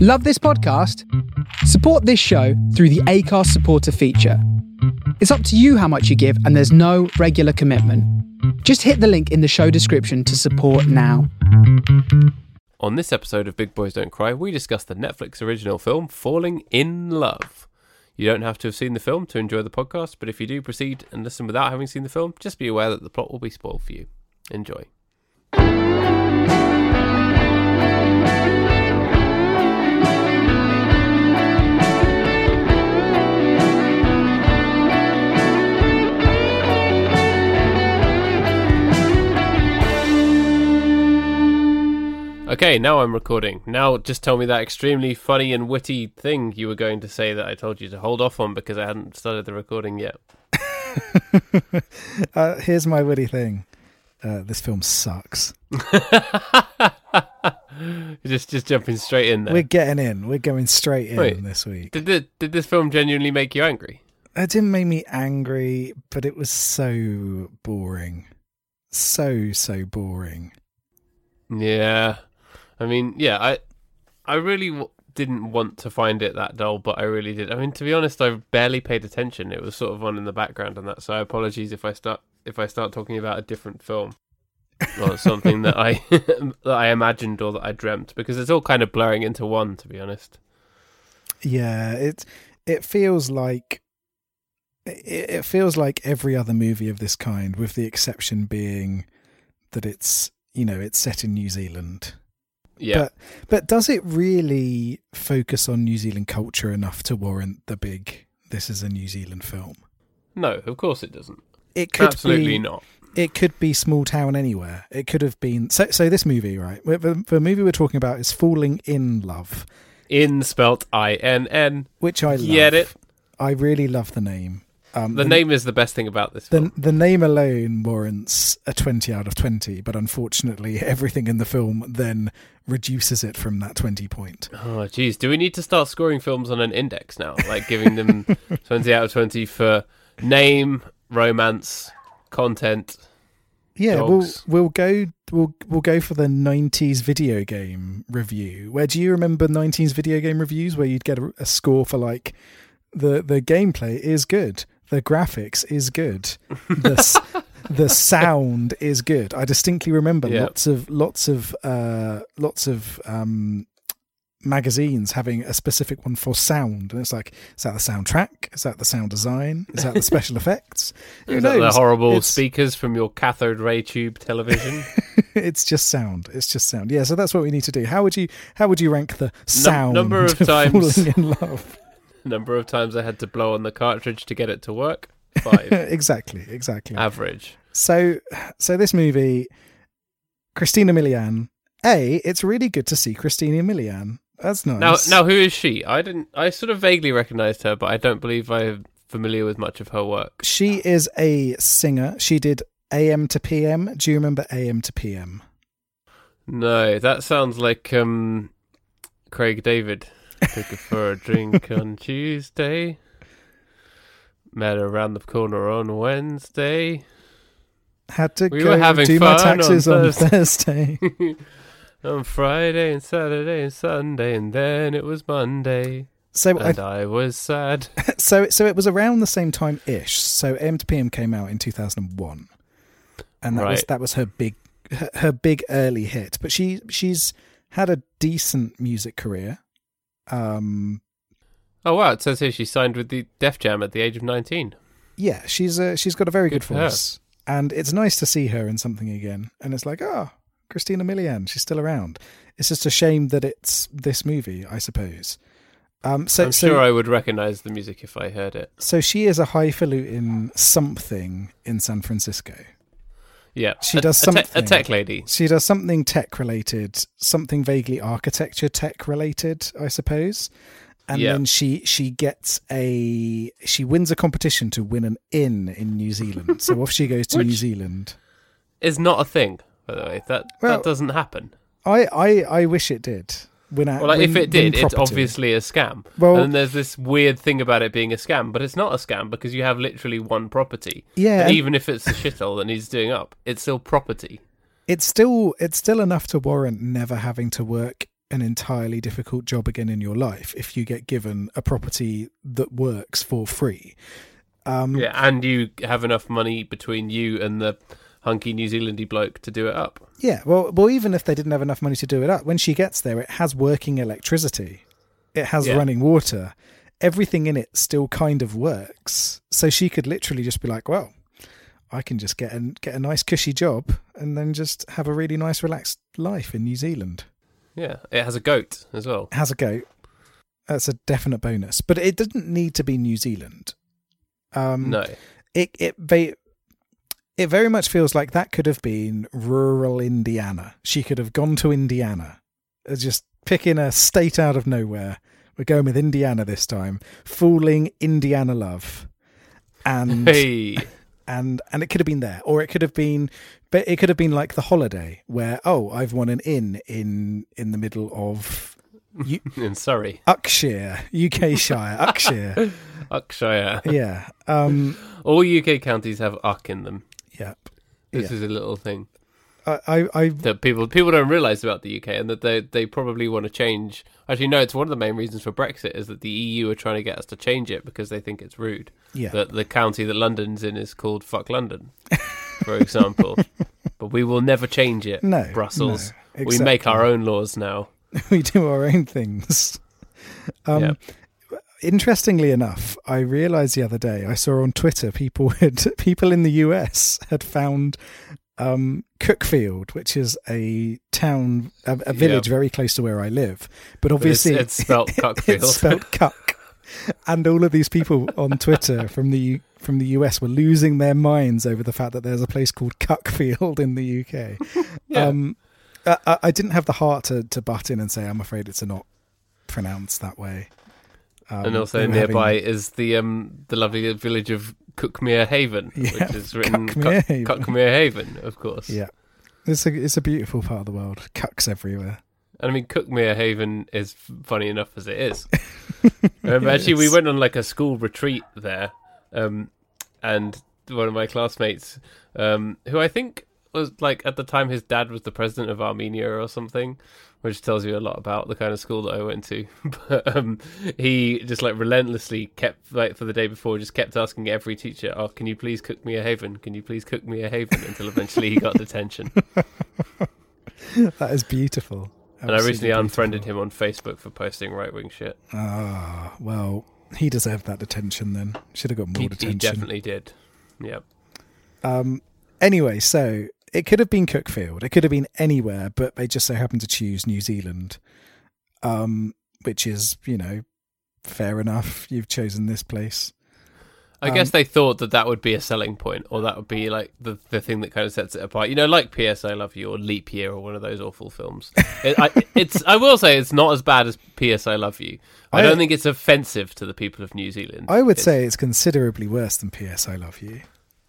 Love this podcast? Support this show through the ACARS supporter feature. It's up to you how much you give, and there's no regular commitment. Just hit the link in the show description to support now. On this episode of Big Boys Don't Cry, we discuss the Netflix original film Falling in Love. You don't have to have seen the film to enjoy the podcast, but if you do proceed and listen without having seen the film, just be aware that the plot will be spoiled for you. Enjoy. Okay, now I'm recording. Now just tell me that extremely funny and witty thing you were going to say that I told you to hold off on because I hadn't started the recording yet. uh, here's my witty thing. Uh, this film sucks. just just jumping straight in there. We're getting in. We're going straight in Wait. this week. Did thi- did this film genuinely make you angry? It didn't make me angry, but it was so boring. So, so boring. Yeah, I mean, yeah, I I really w- didn't want to find it that dull, but I really did. I mean, to be honest, I barely paid attention. It was sort of on in the background and that. So apologies if I start if I start talking about a different film or something that I that I imagined or that I dreamt because it's all kind of blurring into one. To be honest, Yeah, it it feels like it, it feels like every other movie of this kind, with the exception being that it's you know it's set in New Zealand. yeah, But but does it really focus on New Zealand culture enough to warrant the big this is a New Zealand film? no, of course it doesn't. It could Absolutely be, not. It could be small town anywhere. It could have been so so this movie, right? The, the- the movie we're talking about is Falling in Love, In spelt I N N. which I love. Get it? I really love the name. Um, The name is the best thing about this film. the, the name alone warrants a 20 out of 20, but unfortunately, everything in the film then reduces it from that 20 point. Oh, geez. Do we need to start scoring films on an index now? Like giving them 20 out of 20 for name, romance, content. Yeah, Dogs. we'll we'll go we'll we'll go for the '90s video game review. Where do you remember '90s video game reviews where you'd get a, a score for like the the gameplay is good, the graphics is good, the s- the sound is good. I distinctly remember Yeah. lots of lots of uh, lots of um, magazines having a specific one for sound, and it's like is that the soundtrack? Is that the sound design? Is that the special effects? Who Is that the knows? horrible It's- speakers from your cathode ray tube television? it's just sound. It's just sound. Yeah, so that's what we need to do. How would you how would you rank the sound number of times. falling in love? Number of times I had to blow on the cartridge to get it to work? Five. exactly, exactly. Average. so so this movie Christina Milian. A, it's really good to see Christina Milian. That's Now, nice. now, who is she? I didn't. I sort of vaguely recognised her, but I don't believe I'm familiar with much of her work. she is a singer. She did AM to PM. Do you remember AM to PM? No, that sounds like um, Craig David. Took her for a drink on Tuesday. Met her around the corner on Wednesday. Had to We go were having do my fun on taxes on Thursday. Thursday. on Friday and Saturday and Sunday, and then it was Monday, So Um, I and I was sad. so so it was around the same time ish. So M to PM came out in two thousand and one, and that was Right. that was her big her, her big early hit. But she she's had a decent music career. Um, Oh wow! It says here she signed with the Def Jam at the age of nineteen. yeah, she's uh, she's got a very Good good, for her. voice, and it's nice to see her in something again. And it's like ah, Christina Milian, she's still around. It's just a shame that it's this movie, I suppose. Um, so I'm so, sure I would recognize the music if I heard it. so she is a highfalutin something in San Francisco. Yeah, She a- does a te- a something. tech lady. She does something tech related, something vaguely architecture tech related, I suppose. And Yeah. then she she gets a she wins a competition to win an inn in New Zealand. so off she goes to New Which- Zealand. Is not a thing, by the way. That Well- that doesn't happen. I I, I wish it did. Win out. Well, like, if win- it did, win it's property. obviously a scam. Well- and there's this weird thing about it being a scam, but it's not a scam because you have literally one property. Yeah, And and- even if it's a shithole that needs doing up, it's still property. it's still it's still enough to warrant never having to work an entirely difficult job again in your life if you get given a property that works for free. Um, Yeah, and you have enough money between you and the hunky New Zealandy bloke to do it up. Yeah, well, well, even if they didn't have enough money to do it up, when she gets there, it has working electricity, it has Yeah. running water, everything in it still kind of works. So she could literally just be like, "Well, I can just get a get a nice cushy job and then just have a really nice relaxed life in New Zealand." Yeah, it has a goat as well. Has a goat. That's a definite bonus, but it doesn't need to be New Zealand. Um, No, it it they it very much feels like that could have been rural Indiana. She could have gone to Indiana, Uh, just picking a state out of nowhere. We're going with Indiana this time, fooling Indiana love, and hey, and and it could have been there, or it could have been, but it could have been like the holiday where oh I've won an inn in in the middle of U- in Surrey, Uckshire, UK Shire, Uckshire, Uckshire. yeah, um, All UK counties have uck in them. yep. This Yeah. is a little thing I, I, I that people people don't realise about the UK, and that they they probably want to change. Actually, no, it's one of the main reasons for Brexit is that the EU are trying to get us to change it because they think it's rude yeah. that the county that London's in is called Fuck London, for example. but we will never change it. No, Brussels. no, We make exactly. our own laws now. we do our own things. Um, Yeah. Interestingly enough, I realized the other day I saw on Twitter people had people in the US had found um, Cookfield, which is a town, a, a village very close to where I live, but obviously it's, it's spelt Cuckfield. it's spelled cuck. And all of these people on Twitter from the U- from the US were losing their minds over the fact that there's a place called Cuckfield in the UK. Yeah. Um, I, I- I didn't have the heart to, to butt in and say I'm afraid it's not pronounced that way. Um, and also they were nearby having- is the um the lovely village of Cookmere Haven, Yeah, which is written Cuckmere Cuck- Haven. Cuckmere Haven, of course. yeah, it's a it's a beautiful part of the world. Cucks everywhere. And I mean, Cookmere Haven is f- funny enough as it is. Remember, actually, we Yes. went on like a school retreat there, um, and one of my classmates, um, who I think was like at the time his dad was the president of Armenia or something, which tells you a lot about the kind of school that I went to. but um, he just like relentlessly kept like for the day before, just kept asking every teacher, "Oh, can you please cook me a haven? Can you please cook me a haven?" Until eventually he got detention. That is beautiful. And I recently unfriended him on Facebook for posting right wing shit. Ah, well, he deserved that detention then. Should have got more He, detention. he definitely did. Yep. Um, anyway, so it could have been Cookfield, it could have been anywhere, but they just so happened to choose New Zealand, um, which is, you know, fair enough. You've chosen this place. I Um, guess they thought that that would be a selling point, or that would be like the, the thing that kind of sets it apart. You know, like PS I Love You or Leap Year or one of those awful films. It, I, it's I will say it's not as bad as PS I Love You. I, I- don't think it's offensive to the people of New Zealand. I would It's- say it's considerably worse than PS I Love You.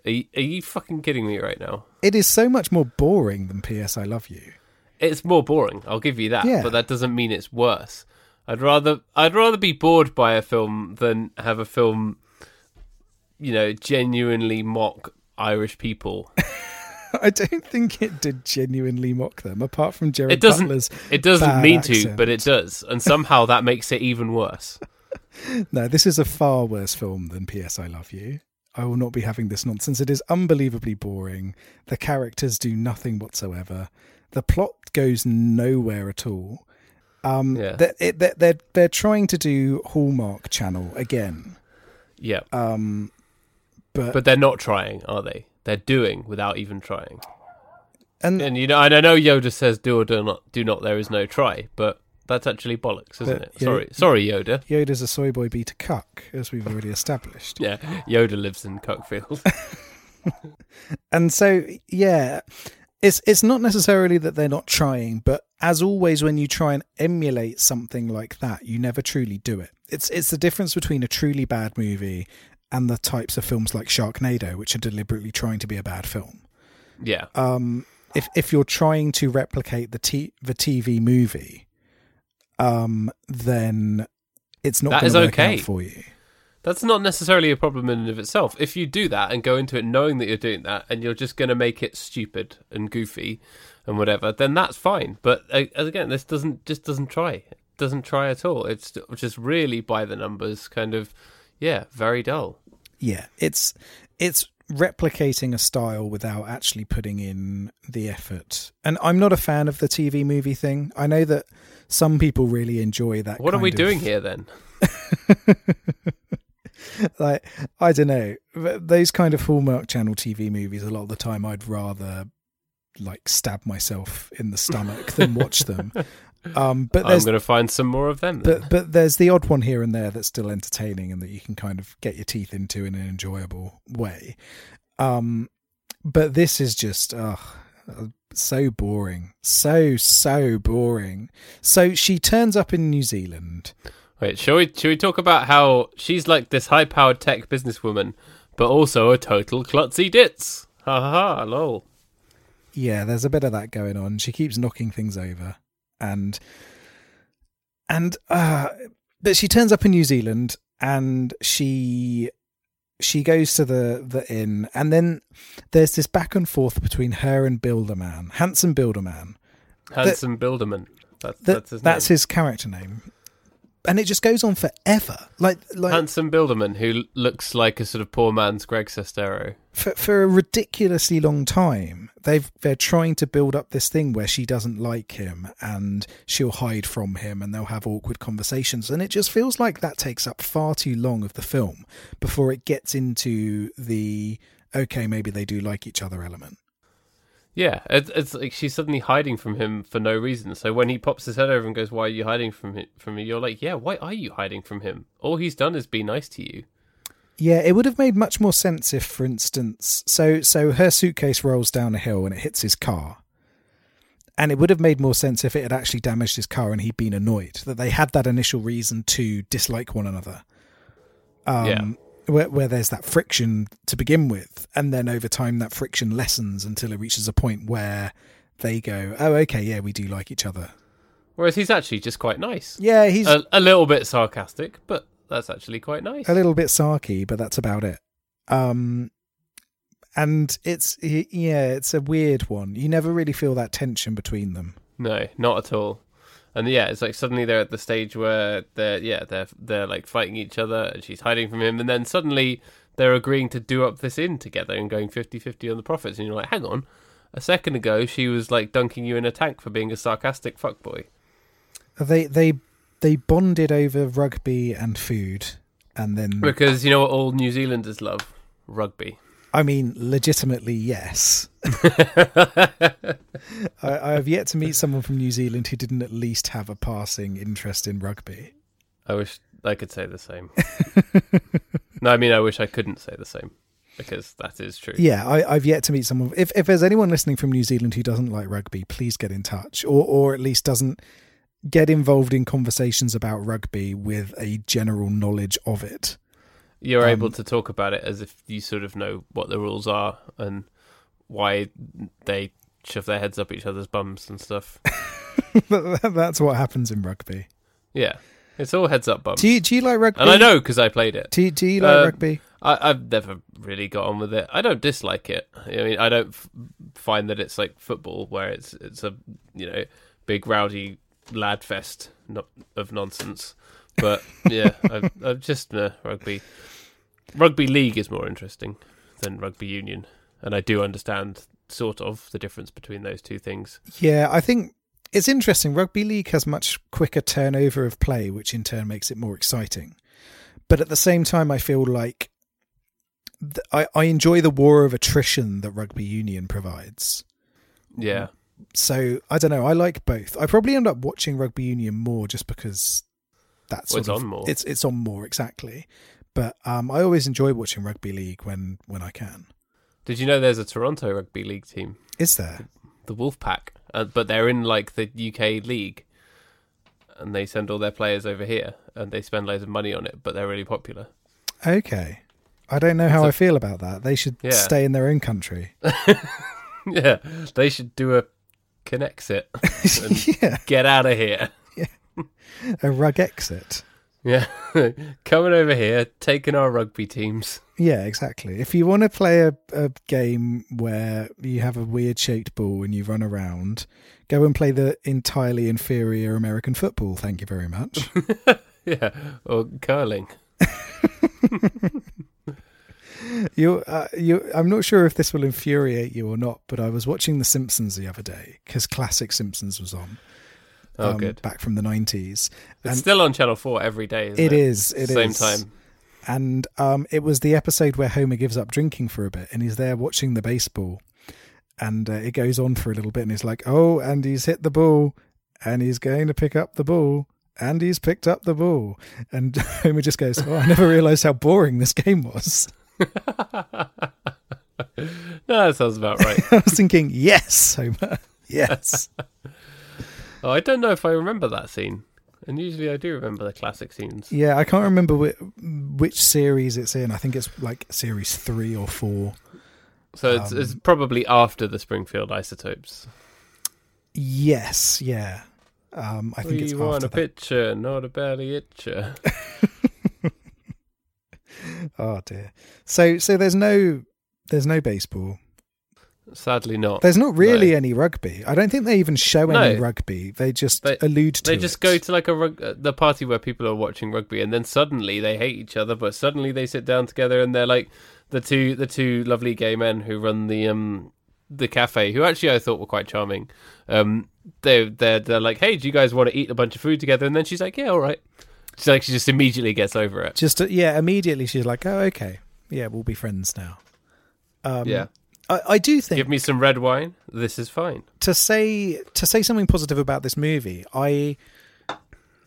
are you, are you fucking kidding me right now? It is so much more boring than PS I Love You. It's more boring. I'll give you that, Yeah. but that doesn't mean it's worse. I'd rather I'd rather be bored by a film than have a film, you know, genuinely mock Irish people I don't think it did genuinely mock them, apart from Jared it doesn't Butler's. it doesn't bad mean to accent. but it does and somehow that makes it even worse No, this is a far worse film than PS I Love You. I will not be having this nonsense. It is unbelievably boring. The characters do nothing whatsoever. The plot goes nowhere at all. Um, Yeah. they're, it, they're, they're, they're trying to do Hallmark Channel again. yeah Um, but, but they're not trying are they they're doing without even trying and and you know and i know yoda says do or do not do not there is no try but that's actually bollocks isn't But, it yeah. sorry sorry yoda Yoda's a soy boy beta cuck, as we've already established. yeah yoda lives in cuckfield and so yeah it's it's not necessarily that they're not trying but as always when you try and emulate something like that you never truly do it it's it's the difference between a truly bad movie and the types of films like Sharknado which are deliberately trying to be a bad film yeah um if if you're trying to replicate the t- the TV movie um then it's not That going is to work okay. out for you That's not necessarily a problem in and of itself. If you do that and go into it knowing that you're doing that and you're just going to make it stupid and goofy and whatever, then that's fine. But uh, again, this doesn't just doesn't try. It doesn't try at all. It's just really by the numbers kind of yeah, very dull. Yeah, it's it's replicating a style without actually putting in the effort. And I'm not a fan of the TV movie thing. I know that some people really enjoy that. What are kind we of- doing here then? like I don't know those kind of Hallmark Channel TV movies. A lot of the time, I'd rather like stab myself in the stomach than watch them. Um, but I'm there's going to find some more of them. Then. but but there's the odd one here and there that's still entertaining and that you can kind of get your teeth into in an enjoyable way. Um, but this is just ugh, uh, so boring, so so boring. So she turns up in New Zealand. Wait, shall we shall we talk about how she's like this high powered tech businesswoman, but also a total klutzy ditz? Ha ha ha! Lol. yeah there's a bit of that going on she keeps knocking things over and and uh but she turns up in new zealand and she she goes to the the inn and then there's this back and forth between her and builderman handsome builderman Handsome Bilderman. That's that, that's his name. character name and it just goes on forever like like Handsome Bilderman, who l- looks like a sort of poor man's Greg Sestero. for, for a ridiculously long time they've they're trying to build up this thing where she doesn't like him and she'll hide from him and they'll have awkward conversations and it just feels like that takes up far too long of the film before it gets into the okay maybe they do like each other element Yeah, it, it's like she's suddenly hiding from him for no reason. So when he pops his head over and goes, "Why are you hiding from hi- from me?" You're like, "Yeah, why are you hiding from him? All he's done is be nice to you." Yeah, it would have made much more sense if, for instance, so so her suitcase rolls down a hill and it hits his car. And it would have made more sense if it had actually damaged his car and he'd been annoyed that they had that initial reason to dislike one another. Um, Yeah. Where, where there's that friction to begin with, and then over time that friction lessens until it reaches a point where they go, "Oh, okay, yeah, we do like each other." Whereas he's actually just quite nice. Yeah, he's A, a little bit sarcastic, but that's actually quite nice. a little bit sarky, but that's about it. Um, and it's y- yeah, it's a weird one. You never really feel that tension between them. No, not at all. And yeah, it's like suddenly they're at the stage where they're yeah they're they're like fighting each other, and she's hiding from him, and then suddenly they're agreeing to do up this inn together and going 50-50 on the profits, and you're like, hang on, a second ago she was like dunking you in a tank for being a sarcastic fuckboy. They they they bonded over rugby and food, and then Because you know what all New Zealanders love? Rugby. I mean, legitimately, yes. I, I have yet to meet someone from New Zealand who didn't at least have a passing interest in rugby. I wish I could say the same. no, I mean I wish I couldn't say the same because that is true. Yeah, I, I've yet to meet someone. If if there's anyone listening from New Zealand who doesn't like rugby, please get in touch, or or at least doesn't get involved in conversations about rugby with a general knowledge of it. you're Um, able to talk about it as if you sort of know what the rules are and why they shove their heads up each other's bums and stuff. That's what happens in rugby. yeah, it's all heads up bums. Do you do you like rugby? and I know because I played it. Do you, do you like Uh, rugby? I, I've never really got on with it. I don't dislike it. I mean, I don't f- find that it's like football where it's it's a you know big rowdy lad fest no- of nonsense. But yeah, I've, I've just uh, rugby. Rugby league is more interesting than rugby union, and I do understand sort of the difference between those two things. Yeah, I think it's interesting. Rugby league has much quicker turnover of play, which in turn makes it more exciting. But at the same time, I feel like th- I, I enjoy the war of attrition that rugby union provides. Yeah, so I don't know. I like both. I probably end up watching rugby union more just because that's Well, it's on more. It's it's on more exactly. But um, I always enjoy watching rugby league when when I can. did you know there's a Toronto rugby league team? Is there? the Wolfpack, uh, but they're in like the UK league, and they send all their players over here, and they spend loads of money on it, but they're really popular. Okay. I don't know how So- I feel about that. They should Yeah. stay in their own country. yeah, they should do a connects it, yeah, get out of here. a rug exit. Yeah, coming over here, taking our rugby teams. Yeah, exactly. If you want to play a, a game where you have a weird shaped ball and you run around, go and play the entirely inferior American football. Thank you very much. Yeah, or curling. you, uh, you. I'm not sure if this will infuriate you or not, but I was watching The Simpsons the other day because classic Simpsons was on. Oh, um, good. Back from the 90s. It's and- still on Channel Four every day. Isn't It it is. It Same is. time. and um, it was the episode where Homer gives up drinking for a bit, and he's there watching the baseball, and uh, it goes on for a little bit, and he's like, "Oh, and he's hit the ball, and he's going to pick up the ball." And he's picked up the ball, and Homer just goes, "Oh, I never realised how boring this game was." No, that sounds about right. I was thinking, "Yes, Homer, yes." oh, I don't know if I remember that scene. And usually I do remember the classic scenes. Yeah, I can't remember which, which series it's in. I think it's like series three or four. So Um, it's, it's probably after the Springfield Isotopes. Yes, yeah. Um, I think we it's want after a that. picture, not a belly itcher. Oh dear. So so there's no there's no baseball. Sadly, not. There's not really No. any rugby. I don't think they even show any No. rugby. They just They- allude to They just it. go to like a rug- uh, the party where people are watching rugby, and then suddenly they hate each other. But suddenly they sit down together, and they're like the two the two lovely gay men who run the um the cafe, who actually I thought were quite charming. Um, they they're they're like, hey, do you guys want to eat a bunch of food together? And then she's like, yeah, all right. She's like, she just immediately gets over it. just uh, yeah, immediately she's like, "Oh, okay. Yeah, we'll be friends now." Um yeah, I, I do think give me some red wine. This is fine. to say to say something positive about this movie, I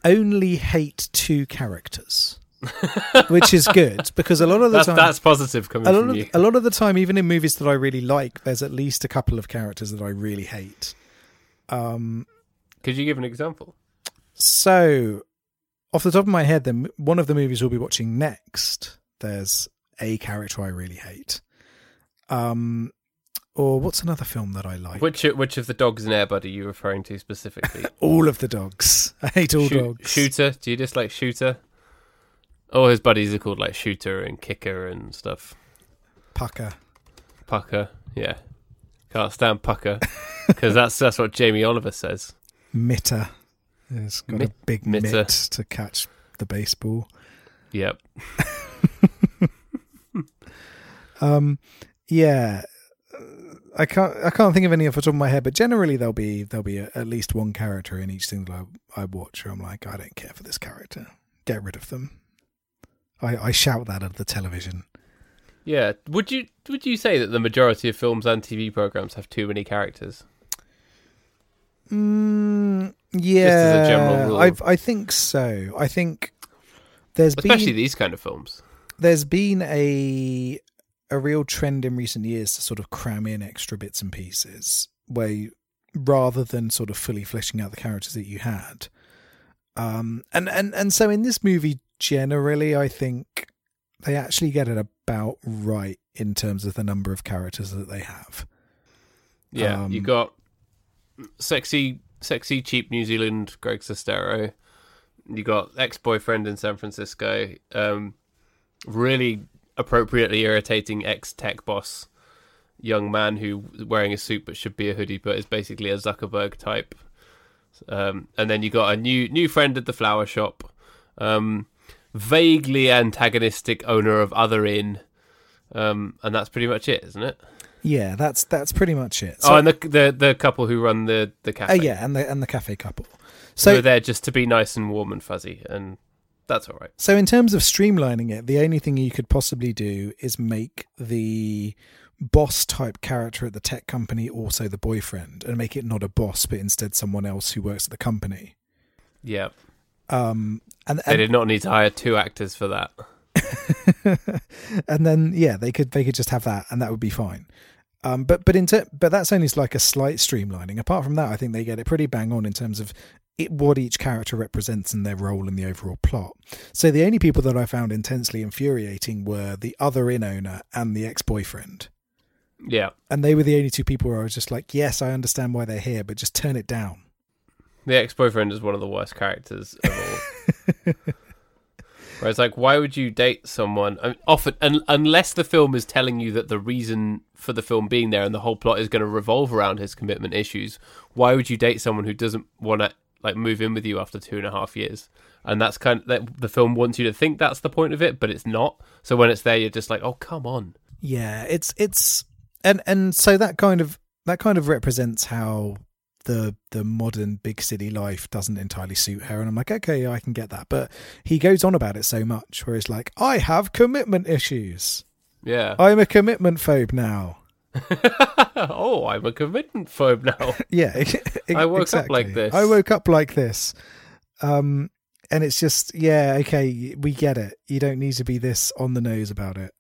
only hate two characters. which is good because a lot of the That's time that's positive coming a from lot you. of a lot of the time, even in movies that I really like, there's at least a couple of characters that I really hate. Um, Could you give an example? So, off the top of my head, then one of the movies we'll be watching next, there's a character I really hate. Um, or what's another film that I like? Which which of the dogs in Airbud are you referring to specifically? all of the dogs. I hate all Shoot- dogs. Shooter. Do you dislike Shooter? All Oh, his buddies are called like Shooter and Kicker and stuff. Pucker. Pucker. Yeah. Can't stand Pucker because that's that's what Jamie Oliver says. Mitter. It's got a Mit- big mitter. mitt to catch the baseball. Yep. Um, yeah, I can't I can't think of any off the top of my head, but generally there'll be there'll be a, at least one character in each thing that I, I watch. Where I'm like, I don't care for this character. Get rid of them. I, I shout that at the television. Yeah. Would you would you say that the majority of films and TV programs have too many characters? Mm, yeah, as a general rule. I've, I think so. I think there's Especially been these kind of films. there's been a a real trend in recent years to sort of cram in extra bits and pieces where you, rather than sort of fully fleshing out the characters that you had um and and and so in this movie generally i think they actually get it about right in terms of the number of characters that they have Yeah. Um, you got sexy sexy cheap New Zealand Greg Sestero. You got ex boyfriend in San Francisco. Um, really appropriately irritating ex tech boss young man who wearing a suit but should be a hoodie but is basically a Zuckerberg type. Um, and then you got a new new friend at the flower shop. Um, vaguely antagonistic owner of other inn. Um, and that's pretty much it, isn't it? yeah that's that's pretty much it oh, so, and the, the the couple who run the the oh cafe. yeah and the and the cafe couple So so were there just to be nice and warm and fuzzy, and that's all right. So in terms of streamlining it, the only thing you could possibly do is make the boss type character at the tech company also the boyfriend and make it not a boss but instead someone else who works at the company. Yeah, Um and they and, did not need to hire two actors for that. and then yeah, they could they could just have that and that would be fine. Um but but in ter- but that's only like a slight streamlining. Apart from that, I think they get it pretty bang on in terms of it, what each character represents and their role in the overall plot. So the only people that I found intensely infuriating were the other inn owner and the ex-boyfriend. Yeah, and they were the only two people where I was just like, yes, I understand why they're here, but just turn it down. the ex-boyfriend is one of the worst characters of all. Where it's like, why would you date someone? I mean, often, un- unless the film is telling you that the reason for the film being there and the whole plot is going to revolve around his commitment issues, why would you date someone who doesn't want to like move in with you after two and a half years? And that's kind of that the film wants you to think that's the point of it, but it's not. So when it's there, you're just like, oh come on. Yeah, it's it's and and so that kind of that kind of represents how the the modern big city life doesn't entirely suit her and I'm like okay I can get that but he goes on about it so much where he's like I have commitment issues Yeah. I'm a commitment phobe now oh, I'm a commitment phobe now. yeah e- e- I woke up like exactly. this. I woke up like this um and it's just yeah okay we get it you don't need to be this on the nose about it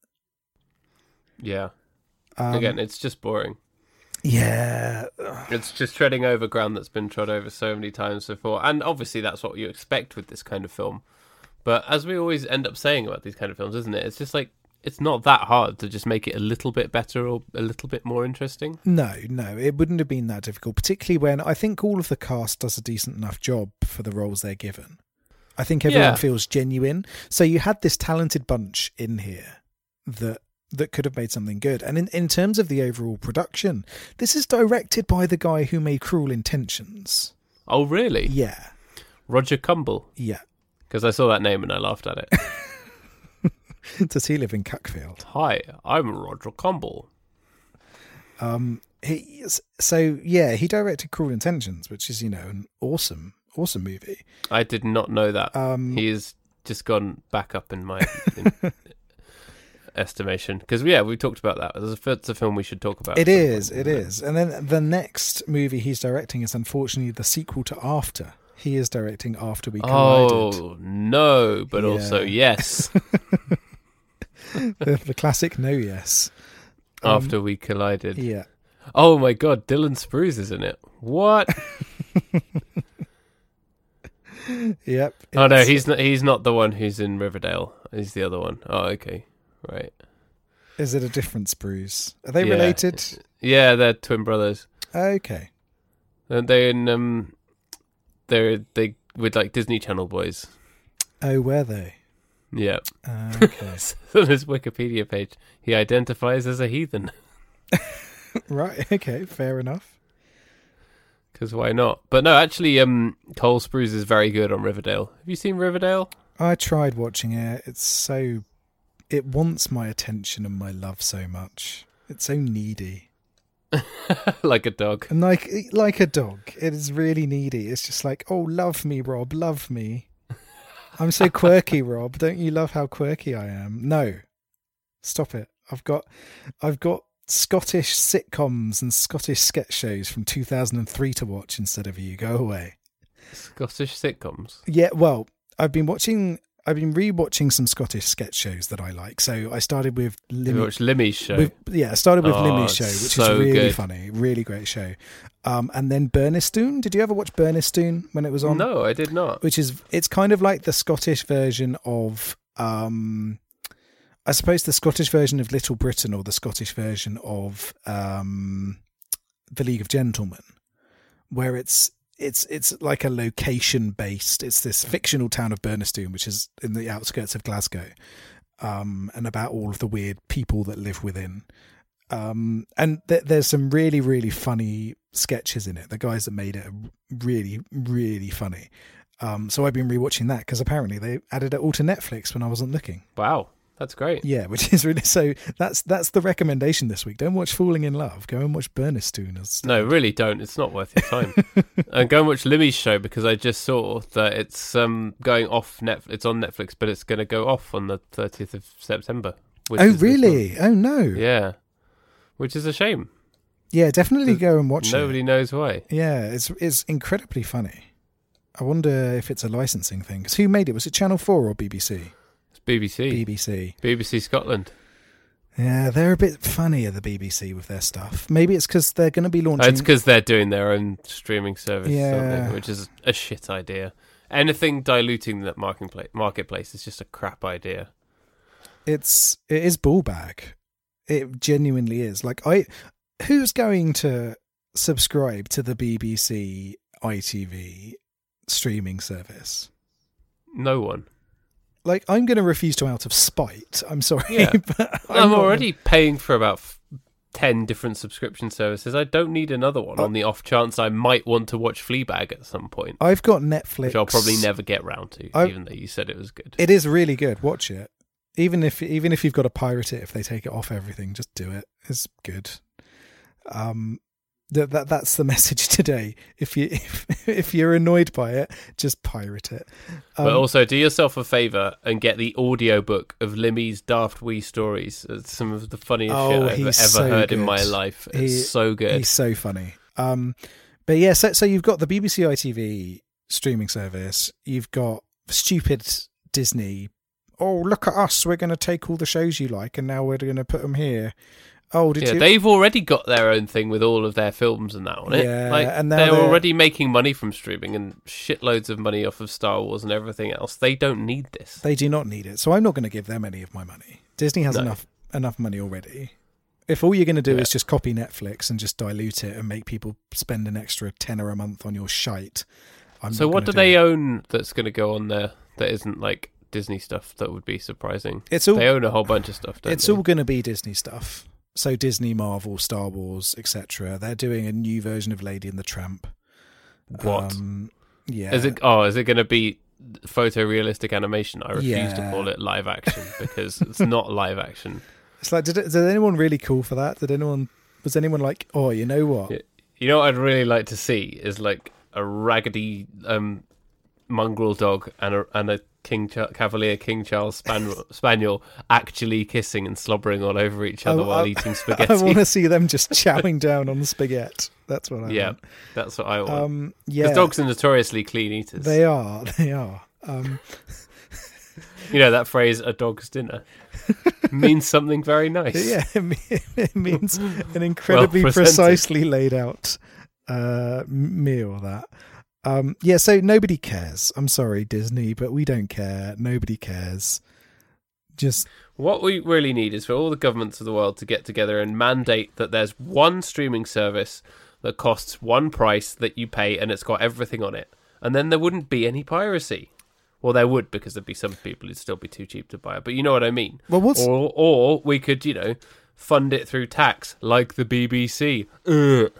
yeah. um, Again, it's just boring. yeah It's just treading over ground that's been trod over so many times before. And obviously, that's what you expect with this kind of film. But as we always end up saying about these kind of films, isn't it? It's just like, it's not that hard to just make it a little bit better or a little bit more interesting. No, no, it wouldn't have been that difficult, particularly when I think all of the cast does a decent enough job for the roles they're given. I think everyone Yeah. feels genuine. So you had this talented bunch in here that that could have made something good. And in, in terms of the overall production, this is directed by the guy who made Cruel Intentions. Oh, really? Yeah. Roger Cumble. Yeah. Because I saw that name and I laughed at it. Does he live in Cuckfield? Hi, I'm Roger Cumble. Um, he, so yeah, he directed Cruel Intentions, which is, you know, an awesome, awesome movie. I did not know that. Um, he has just gone back up in my in estimation. Because, yeah, we talked about that. There's a, it's a film we should talk about. It is, it isn't is. And then the next movie he's directing is unfortunately the sequel to After. He is directing After We Collided, Oh no, but Yeah. also yes. the, the classic No Yes. Um, After we collided. Yeah, Oh my god, Dylan Spruce is in it. What? yep. oh no, it's- he's not. He's not the one who's in Riverdale. He's the other one. Oh okay, right. is it a different Spruce? Are they Yeah. related? Yeah, they're twin brothers. Okay. And they in um, they're they with like Disney Channel boys. Oh, were they? Yeah. Okay. On his Wikipedia page, he identifies as a heathen. right. Okay. Fair enough. Because why not? But no, actually, um, Cole Spruce is very good on Riverdale. Have you seen Riverdale? I tried watching it. It's so. It wants my attention and my love so much. It's so needy. like a dog. And like e, like a dog, it is really needy. It's just like, oh, love me, Rob, love me. I'm so quirky, Rob. Don't you love how quirky I am? No, stop it. I've got, I've got Scottish sitcoms and Scottish sketch shows from 2003 to watch instead of you. Go away. Scottish sitcoms. Yeah, well, I've been watching. I've been rewatching some Scottish sketch shows that I like. So I started with Have you Limit watched Limmy's show? We've, yeah, I started with Oh, Limmy's show, it's which so is really good. funny, really great show. Um, and then Burnestoon. Did you ever watch Burnestoon when it was on? No, I did not. Which is it's kind of like the Scottish version of, um, I suppose the Scottish version of Little Britain or the Scottish version of um, the League of Gentlemen, where it's. It's it's like a location based. It's this fictional town of Burnestoon, which is in the outskirts of Glasgow, um, and about all of the weird people that live within um, and th- there's some really really funny sketches in it. The guys that made it are really really funny. Um, so I've been rewatching that because apparently they added it all to Netflix when I wasn't looking. Wow, that's great. Yeah, which is really so. That's that's the recommendation this week. Don't watch Falling in Love. Go and watch Burnestoon. As, No, really don't. It's not worth your time. and go and watch Limmy's show because I just saw that it's um going off net. It's on Netflix, but it's going to go off on the 30th of September. Which oh is this really? Oh no. month. Yeah, Yeah, which is a shame. definitely Does- go and watch it. Nobody knows why. Yeah, it's it's incredibly funny. I wonder if it's a licensing thing because who made it? Was it Channel Four or BBC? It's BBC, BBC. BBC Scotland. Yeah, they're a bit funnier, the BBC, with their stuff. Maybe it's because they're going to be Oh, launching. it's because they're doing their own streaming service, Yeah. something, which is a shit idea. Anything diluting that marketplace marketplace is just a crap idea. it's it is ball bag. It genuinely is. Like I, who's going to subscribe to the BBC ITV streaming service? No one. like I'm going to refuse to out of spite. I'm sorry, Yeah. but I'm, not- already paying for about f- 10 different subscription services. I don't need another one on the off chance I might want to watch Fleabag at some point, I've got Netflix. which I'll probably never get round to, I- even though you said it was good. It is really good. Watch it. Even if even if you've got to pirate it, if they take it off everything, just do it. It's good. Um, that that that's the message today. If you if, if you're annoyed by it, just pirate it. Um, but also, do yourself a favour and get the audiobook of Limmy's Daft Wee stories. It's some of the funniest Oh, shit I've ever he's so heard in good. my life. It's He- so good. He's so funny. Um, but yeah, so, so you've got the BBC ITV streaming service. You've got stupid Disney. Oh, look at us. We're going to take all the shows you like and now we're going to put them here. Oh, did yeah, you? they've already got their own thing with all of their films and that on it. Yeah, like, and now they're, they're- already making money from streaming and shitloads of money off of Star Wars and everything else. They don't need this. They do not need it. So I'm not going to give them any of my money. Disney has No. enough enough money already. If all you're going to do Yeah. is just copy Netflix and just dilute it and make people spend an extra tenner a month on your shite, I'm So not what do gonna they uh, it. own that's going to go on there that isn't like Disney stuff that would be surprising? It's all they own a whole bunch of stuff, don't it's they? all going to be Disney stuff. So Disney, Marvel, Star Wars, etc. They're doing a new version of Lady and the Tramp. what? Um, yeah. Is it? Oh, is it going to be photorealistic animation? I refuse to Yeah. call it live action because it's not live action. It's like did, it- did anyone really call for that? Did anyone was anyone like, "Oh, you know what? Yeah. You know what I'd really like to see is like a raggedy um, mongrel dog and a and a King Char- Cavalier King Charles Spaniel, Spaniel actually kissing and slobbering all over each other I- while I- eating I want spaghetti. to see them just chowing down on the spaghetti." That's what I yeah, want. that's what I want. Um, yeah. Because dogs are notoriously clean eaters. They are. They are. Um, you know that phrase "a dog's dinner" means something very nice. yeah, it me- it means an incredibly presented. precisely laid out uh, m- meal. That. Um, yeah. So nobody cares. I'm sorry, Disney, but we don't care. Nobody cares. Just What we really need is for all the governments of the world to get together and mandate that there's one streaming service that costs one price that you pay and it's got everything on it. And then there wouldn't be any piracy. Well, there would because there'd be some people who'd still be too cheap to buy it. But you know what I mean. Well, what's- or or we could you know fund it through tax like the BBC. Ugh.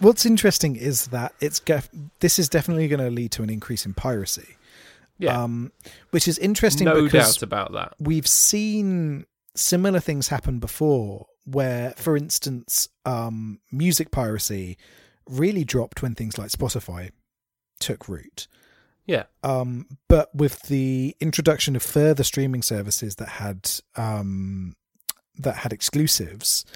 what's interesting is that it's gef- this is definitely going to lead to an increase in piracy, Yeah, um, which is interesting no because doubt about that. we've seen similar things happen before where for instance um music piracy really dropped when things like spotify took root Yeah. um but with the introduction of further streaming services that had um that had exclusives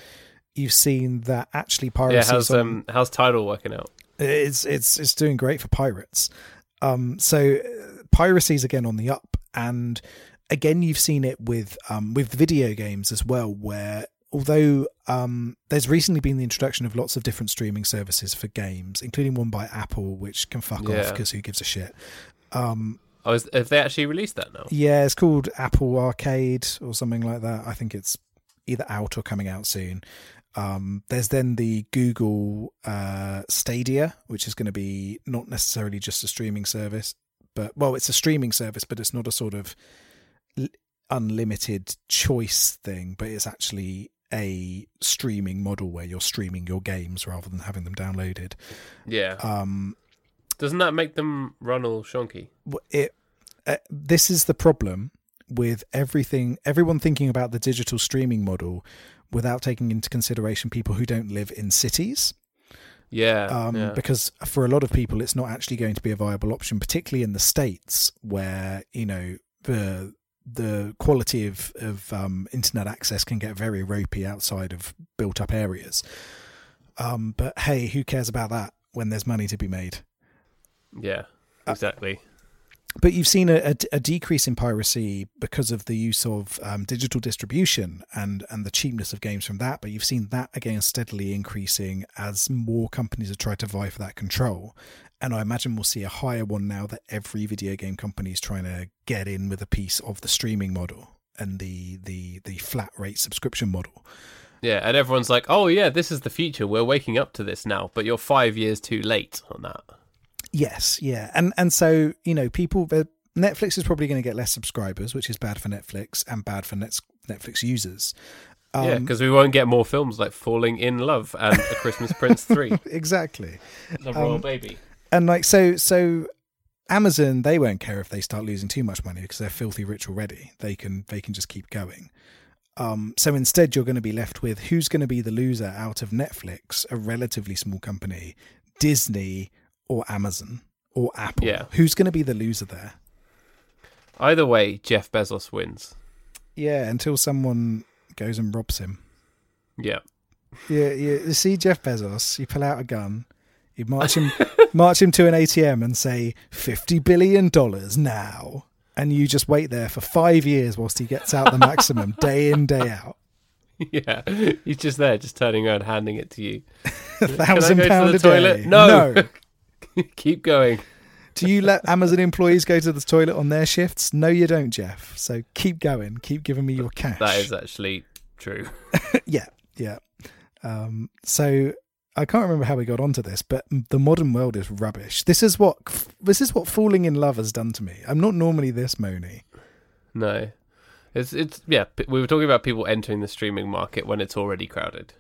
you've seen that actually piracy Yeah, how's on- um how's title working out? it's it's it's doing great for pirates. Um, so uh, piracy's again on the up, and again you've seen it with um with video games as well, where although um there's recently been the introduction of lots of different streaming services for games, including one by Apple, which can fuck off 'cause Yeah. off because who gives a shit. Um, Oh, is, have they actually released that now? Yeah, it's called Apple Arcade or something like that. I think it's either out or coming out soon. Um, there's then the Google uh, Stadia, which is going to be not necessarily just a streaming service, but well, it's a streaming service, but it's not a sort of l- unlimited choice thing, but it's actually a streaming model where you're streaming your games rather than having them downloaded. Yeah, Um, doesn't that make them run all shonky? w- it uh, this is the problem with everything everyone thinking about the digital streaming model without taking into consideration people who don't live in cities Yeah, um, yeah. because for a lot of people it's not actually going to be a viable option particularly in the states where you know the the quality of of um, internet access can get very ropey outside of built up areas um, but hey who cares about that when there's money to be made Yeah, uh, exactly. but you've seen a, a, a decrease in piracy because of the use of um, digital distribution and and the cheapness of games from that. But you've seen that again steadily increasing as more companies have tried to vie for that control. And I imagine we'll see a higher one now that every video game company is trying to get in with a piece of the streaming model and the the the flat rate subscription model. Yeah, and everyone's like, "Oh yeah, this is the future. We're waking up to this now." But you're five years too late on that. Yes, yeah, and and so you know people they're Netflix is probably going to get less subscribers, which is bad for Netflix and bad for Net- Netflix users. Um, yeah, because we won't get more films like Falling in Love and A Christmas Prince Um, 3, Exactly. The Royal Baby. And like so so Amazon they won't care if they start losing too much money because they're filthy rich already. They can they can just keep going. Um, so instead, you're going to be left with who's going to be the loser out of Netflix, a relatively small company, Disney, or Amazon or Apple. Yeah. Who's going to be the loser there? Either way, Jeff Bezos wins. Yeah, until someone goes and robs him. Yeah. Yeah, you, you see Jeff Bezos, you pull out a gun, you march him, march him to an ATM and say fifty billion dollars now, and you just wait there for five years whilst he gets out the maximum day in day out. Yeah. He's just there, just turning around, handing it to you. A thousand go to pound the a day. toilet? No. Keep going. Do you let Amazon employees go to the toilet on their shifts? No, you don't, Jeff. So keep going. Keep giving me your cash. That is actually true. yeah, yeah. Um, so I can't remember how we got onto this, but the modern world is rubbish. This is what this is what falling in love has done to me. I'm not normally this moany. No. It's, it's, yeah, p- we were talking about people entering the streaming market when it's already crowded.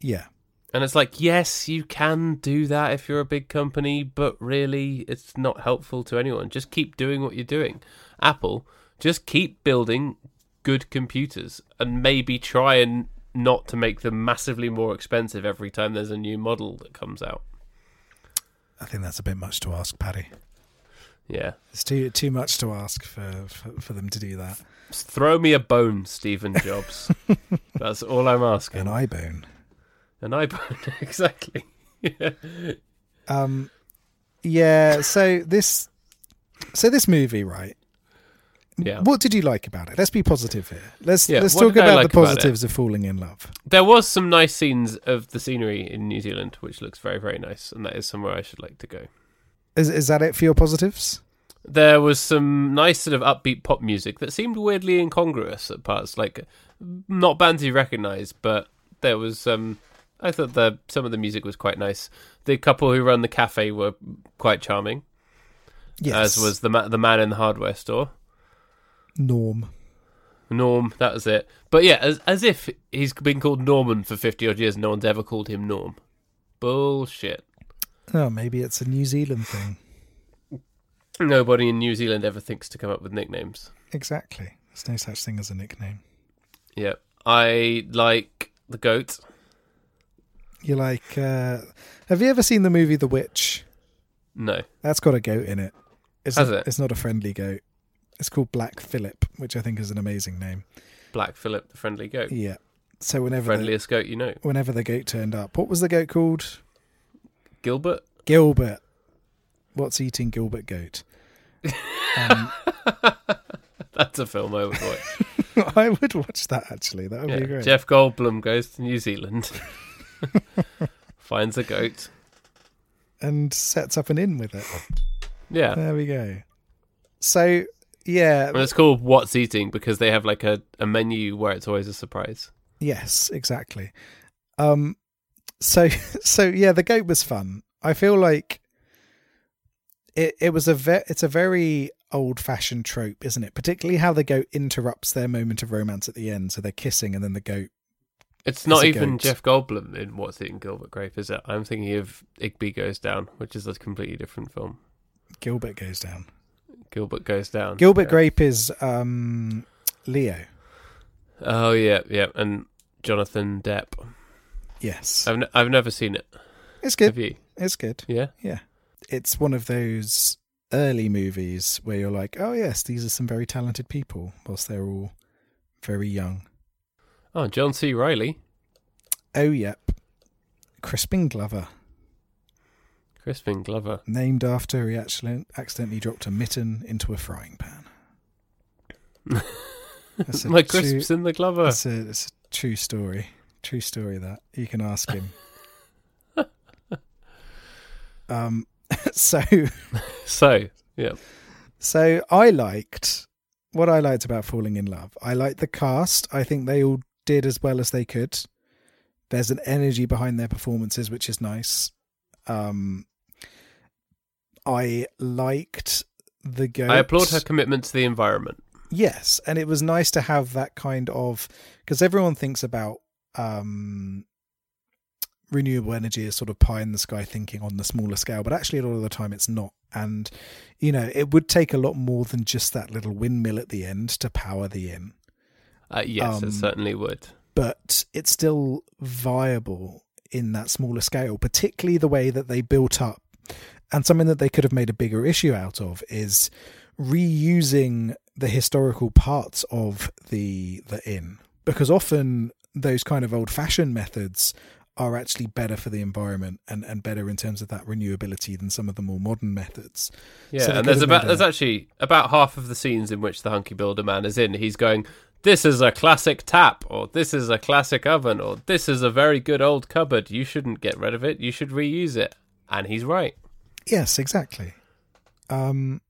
Yeah, And it's like, yes, you can do that if you're a big company, but really, it's not helpful to anyone. Just keep doing what you're doing. Apple, just keep building good computers and maybe try and not to make them massively more expensive every time there's a new model that comes out. I think that's a bit much to ask, Paddy. Yeah. It's too too much to ask for for, for them to do that. Just throw me a bone, Stephen Jobs. That's all I'm An asking. eye bone. An iPhone, exactly. Yeah. Um, yeah. So this so this movie, right? yeah. What did you like about it? Let's be positive here. Let's Yeah, let's what talk did I about like the about it? positives of falling in love. There was some nice scenes of the scenery in New Zealand, which looks very, very nice, and that is somewhere I should like to go. Is is that it for your positives? There was some nice sort of upbeat pop music that seemed weirdly incongruous at parts, like not bands you recognise, but there was um I thought the some of the music was quite nice. The couple who run the cafe were quite charming, Yes. as was the ma- the man in the hardware store. Norm. Norm, that was it. But yeah, as as if he's been called Norman for fifty odd years, and no one's ever called him Norm. Bullshit. Oh, maybe it's a New Zealand thing. Nobody in New Zealand ever thinks to come up with nicknames. Exactly. There's no such thing as a nickname. Yeah, I like the goat. You're like, uh, have you ever seen the movie The Witch? No. That's got a goat in it. It's Has not, it? It's not a friendly goat. It's called Black Philip, which I think is an amazing name. Black Philip, the friendly goat. Yeah. So whenever the, Friendliest goat you know. whenever the goat turned up, what was the goat called? Gilbert? Gilbert. What's eating Gilbert goat? Um, That's a film I would watch. I would watch that actually. That would Yeah. be great. Jeff Goldblum goes to New Zealand, finds a goat. And sets up an inn with it. Yeah. There we go. So yeah, And it's called What's Eating because they have like a, a menu where it's always a surprise. Yes, exactly. Um so so yeah, the goat was fun. I feel like it it was a ve- it's a very old fashioned trope, isn't it? Particularly how the goat interrupts their moment of romance at the end, so they're kissing and then the goat It's not a even goat. Jeff Goldblum in What's Eating Gilbert Grape, is it? I'm thinking of Igby Goes Down, which is a completely different film. Gilbert goes down. Gilbert Goes Down. Gilbert yeah. Grape is um Leo. Oh, yeah, yeah. And Jonathan Depp. Yes. I've, n- I've never seen it. it's Have good. you? It's good. Yeah. It's one of those early movies where you're like, "Oh yes, these are some very talented people," whilst they're all very young. Oh, John C. Riley. Oh, yep. Crispin Glover, Crispin Glover. named after he actually accidentally dropped a mitten into a frying pan. That's a My true- crisps in the Glover. That's a, that's a true story. True story that you can ask him. um, so So, yeah. so I liked what I liked about Falling in Love. I liked the cast. I think they all did as well as they could. There's an energy behind their performances, which is nice. Um, I liked the goat. I applaud her commitment to the environment. Yes, and it was nice to have that kind of because everyone thinks about um, renewable energy as sort of pie in the sky thinking on the smaller scale, but actually a lot of the time it's not. And you know, it would take a lot more than just that little windmill at the end to power the inn, Uh, yes, Um, it certainly would. but it's still viable in that smaller scale, particularly the way that they built up. And something that they could have made a bigger issue out of is reusing the historical parts of the the inn because often those kind of old fashioned methods are actually better for the environment and, and better in terms of that renewability than some of the more modern methods. Yeah, So they and there's could've about made there's a- actually about half of the scenes in which the hunky builder man is in. He's going, "This is a classic tap," or "This is a classic oven," or "This is a very good old cupboard. You shouldn't get rid of it. You should reuse it." And he's right. Yes, exactly. Um,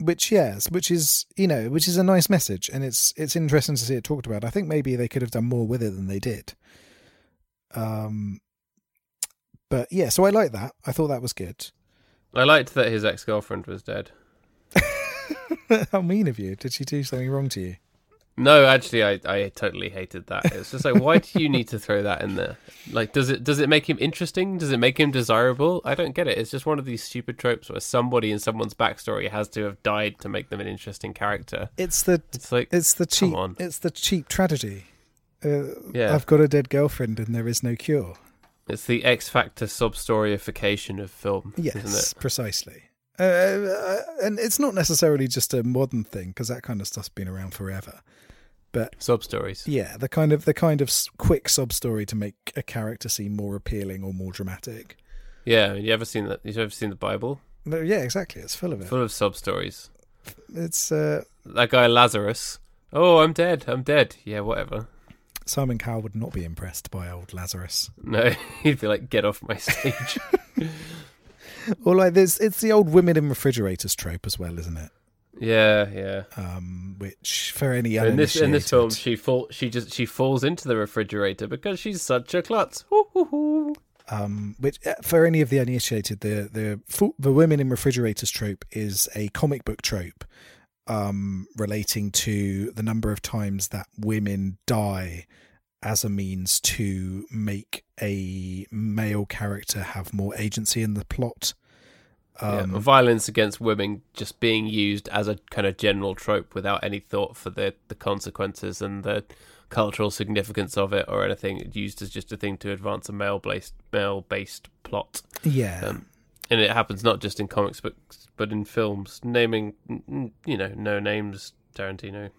which yes, which is you know, which is a nice message, and it's it's interesting to see it talked about. I think maybe they could have done more with it than they did. Um, but yeah, so I like that. I thought that was good. I liked that his ex girlfriend was dead. How mean of you? Did she do something wrong to you? No, actually, I, I totally hated that. It's just like, why do you need to throw that in there? Like, does it does it make him interesting? Does it make him desirable? I don't get it. It's just one of these stupid tropes where somebody in someone's backstory has to have died to make them an interesting character. It's the It's like, it's the cheap on. it's the cheap tragedy. Uh, Yeah. I've got a dead girlfriend and there is no cure. It's the X Factor sub storyification of film, Yes, isn't precisely. Uh, uh, and it's not necessarily just a modern thing because that kind of stuff's been around forever. But it? Sub stories. yeah, the kind of the kind of s- quick sub story to make a character seem more appealing or more dramatic. Yeah, you ever seen that? You ever seen the Bible? No, yeah, exactly. It's full of it. Full of sub stories. It's uh, That guy Lazarus. Oh, I'm dead. I'm dead. Yeah, whatever. Simon Cowell would not be impressed by old Lazarus. No, he'd be like, get off my stage. Or like this, it's the old women in refrigerators trope as well, isn't it? yeah, yeah. Um, which for any In this in this film, uninitiated, she fall she just she falls into the refrigerator because she's such a klutz. Hoo, hoo, hoo. um, which uh, for any of the uninitiated, the the fu- the women in refrigerators trope is a comic book trope, um, relating to the number of times that women die as a means to make a male character have more agency in the plot. Yeah, Um, violence against women just being used as a kind of general trope without any thought for the the consequences and the cultural significance of it or anything. Used as just a thing to advance a male based male based plot, yeah. um, and it happens not just in comics books but in films. Naming mm, mm, you know no names, Tarantino.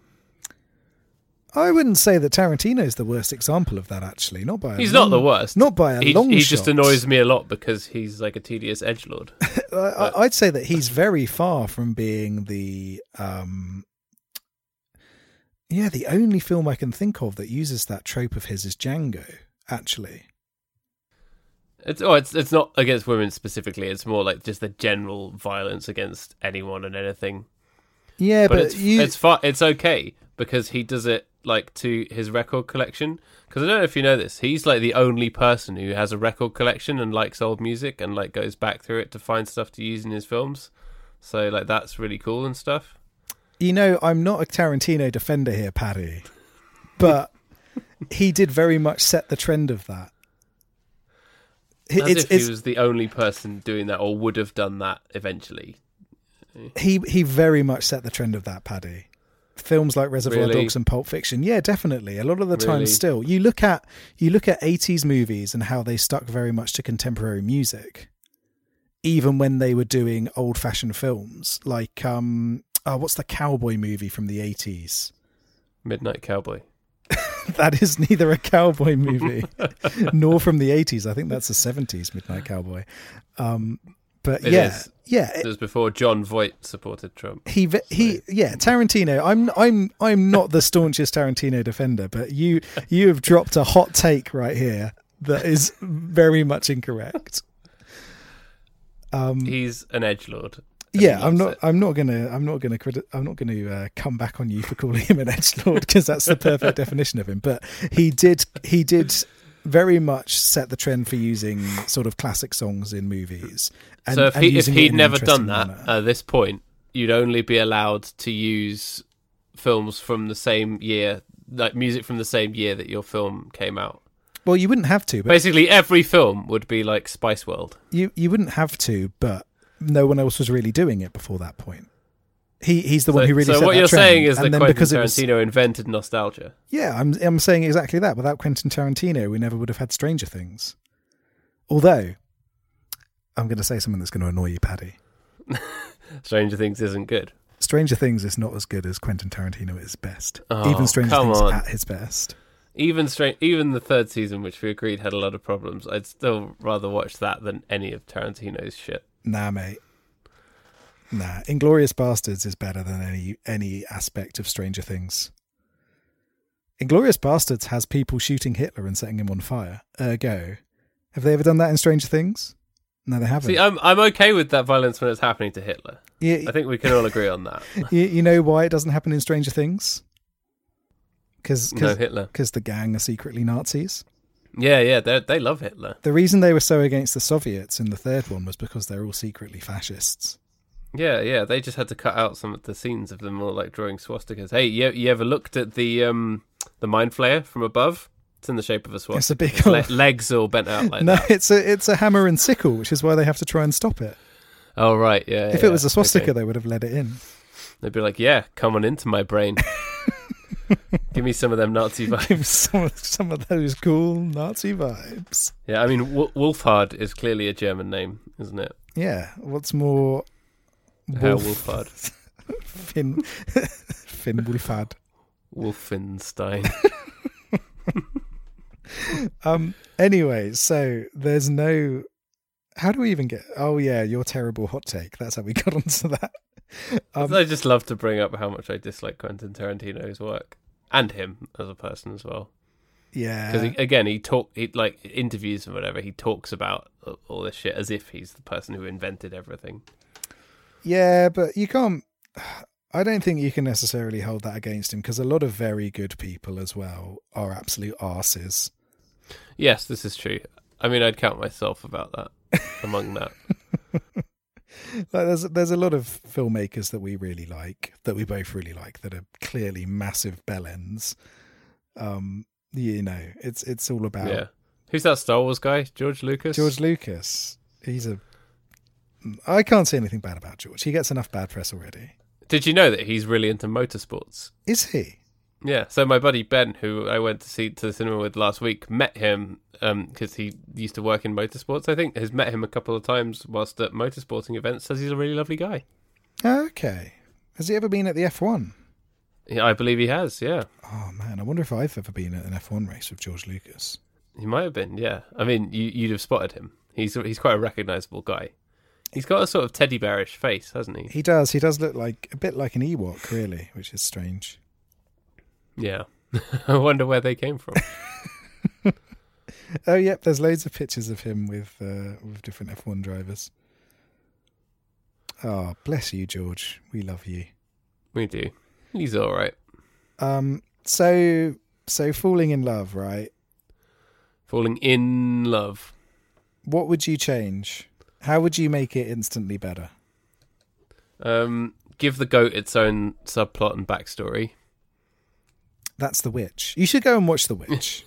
I wouldn't say that Tarantino's the worst example of that. Actually, not by a He's long- not the worst. Not by a he, long he shot. just annoys me a lot because he's like a tedious edge lord. I, I- I'd say that he's very far from being the um yeah, the only film I can think of that uses that trope of his is Django, actually. It's oh, it's it's not against women specifically. It's more like just the general violence against anyone and anything. Yeah, but, but, it's you it's fi- it's okay because he does it like to his record collection. Because I don't know if you know this, he's like the only person who has a record collection and likes old music and like goes back through it to find stuff to use in his films. So like that's really cool and stuff. you know, I'm not a Tarantino defender here, Paddy. But he did very much set the trend of that. He- As if he was the only person doing that or would have done that eventually. he he very much set the trend of that, Paddy. Films like Reservoir Really? Dogs and Pulp Fiction, yeah, definitely. A lot of the time, Really? still, you look at you look at eighties movies and how they stuck very much to contemporary music, even when they were doing old fashioned films. Like, um, oh, what's the cowboy movie from the eighties? Midnight Cowboy. that is neither a cowboy movie nor from the eighties. I think that's the seventies, Midnight Cowboy. Um, but It yeah, is. yeah, It was before John Voight supported Trump. he ve- he yeah tarantino i'm i'm i'm not the staunchest tarantino defender but you you have dropped a hot take right here that is very much incorrect um He's an edge lord. yeah i'm not i'm not gonna i'm not gonna criti- i'm not gonna uh, come back on you for calling him an edge lord because that's the perfect definition of him but he did he did very much set the trend for using sort of classic songs in movies and, so if and he if using it he'd in an never done interesting that manner. at this point, you'd only be allowed to use films from the same year, like music from the same year that your film came out. Well, you wouldn't have to, but Basically, every film would be like Spice World. you you wouldn't have to, but no one else was really doing it before that point. He he's the one so, who really. so set what that you're trend. saying is and that then Quentin because it was- Tarantino invented nostalgia. Yeah, I'm I'm saying exactly that. Without Quentin Tarantino, we never would have had Stranger Things. Although, I'm going to say something that's going to annoy you, Paddy. Stranger Things isn't good. Stranger Things is not as good as Quentin Tarantino at his best. Oh, Even Stranger come Things on. at his best. Even stra- even the third season, which we agreed had a lot of problems, I'd still rather watch that than any of Tarantino's shit. Nah, mate. Nah, Inglorious Bastards is better than any any aspect of Stranger Things. Inglorious Bastards has people shooting Hitler and setting him on fire. Ergo, have they ever done that in Stranger Things? No, they haven't. See, I'm I'm okay with that violence when it's happening to Hitler. Yeah, I think we can all agree on that. you, you know why it doesn't happen in Stranger Things? Because No Hitler. because the gang are secretly Nazis. Yeah, yeah, they they love Hitler. The reason they were so against the Soviets in the third one was because they're all secretly fascists. Yeah, yeah, they just had to cut out some of the scenes of them all like drawing swastikas. Hey, you, you ever looked at the um the mind flayer from above? It's in the shape of a It's swastika. a big Le- legs all bent out like no. that. It's a it's a hammer and sickle, which is why they have to try and stop it. Oh right, yeah. If yeah, it was a swastika, okay. they would have let it in. they'd be like, "Yeah, come on into my brain. Give me some of them Nazi vibes." Give some of, some of those cool Nazi vibes. Yeah, I mean, w- Wolfhard is clearly a German name, isn't it? Yeah. What's more, Herr Wolf, Wolfhard, Finn, Finn Wolfhard. Wolfenstein. Um. Anyway, so there's no. How do we even get? Oh yeah, your terrible hot take. That's how we got onto that. Um, I just love to bring up how much I dislike Quentin Tarantino's work and him as a person as well. because yeah. again he talk he like interviews and whatever he talks about all this shit as if he's the person who invented everything Yeah, but you can't. I don't think you can necessarily hold that against him because a lot of very good people as well are absolute arses. yes this is true i mean i'd count myself about that among that Like there's there's a lot of filmmakers that we really like that we both really like that are clearly massive bellends. Um, you know, it's it's all about yeah who's that star wars guy george lucas Oh. George Lucas. He's a. I can't say anything bad about George. He gets enough bad press already. did you know that he's really into motorsports Is he? yeah so my buddy ben who i went to see to the cinema with last week met him because he used to work in motorsports i think has met him a couple of times whilst at motorsporting events says he's a really lovely guy Okay. Has he ever been at the F1? Yeah, i believe he has yeah Oh man, I wonder if I've ever been at an F1 race with George Lucas. He might have been, yeah. I mean, you, you'd have spotted him. He's he's quite a recognizable guy. He's got a sort of teddy bearish face, hasn't he? He does. He does look like a bit like an Ewok, really, which is strange. Yeah. I wonder where they came from. Oh yep, there's loads of pictures of him with uh, with different F1 drivers. Oh, bless you, George. We love you. we do. He's all right. Um, so so falling in love, right? Falling in love. What would you change? How would you make it instantly better? Um, give the goat its own subplot and backstory. That's The Witch. You should go and watch The Witch.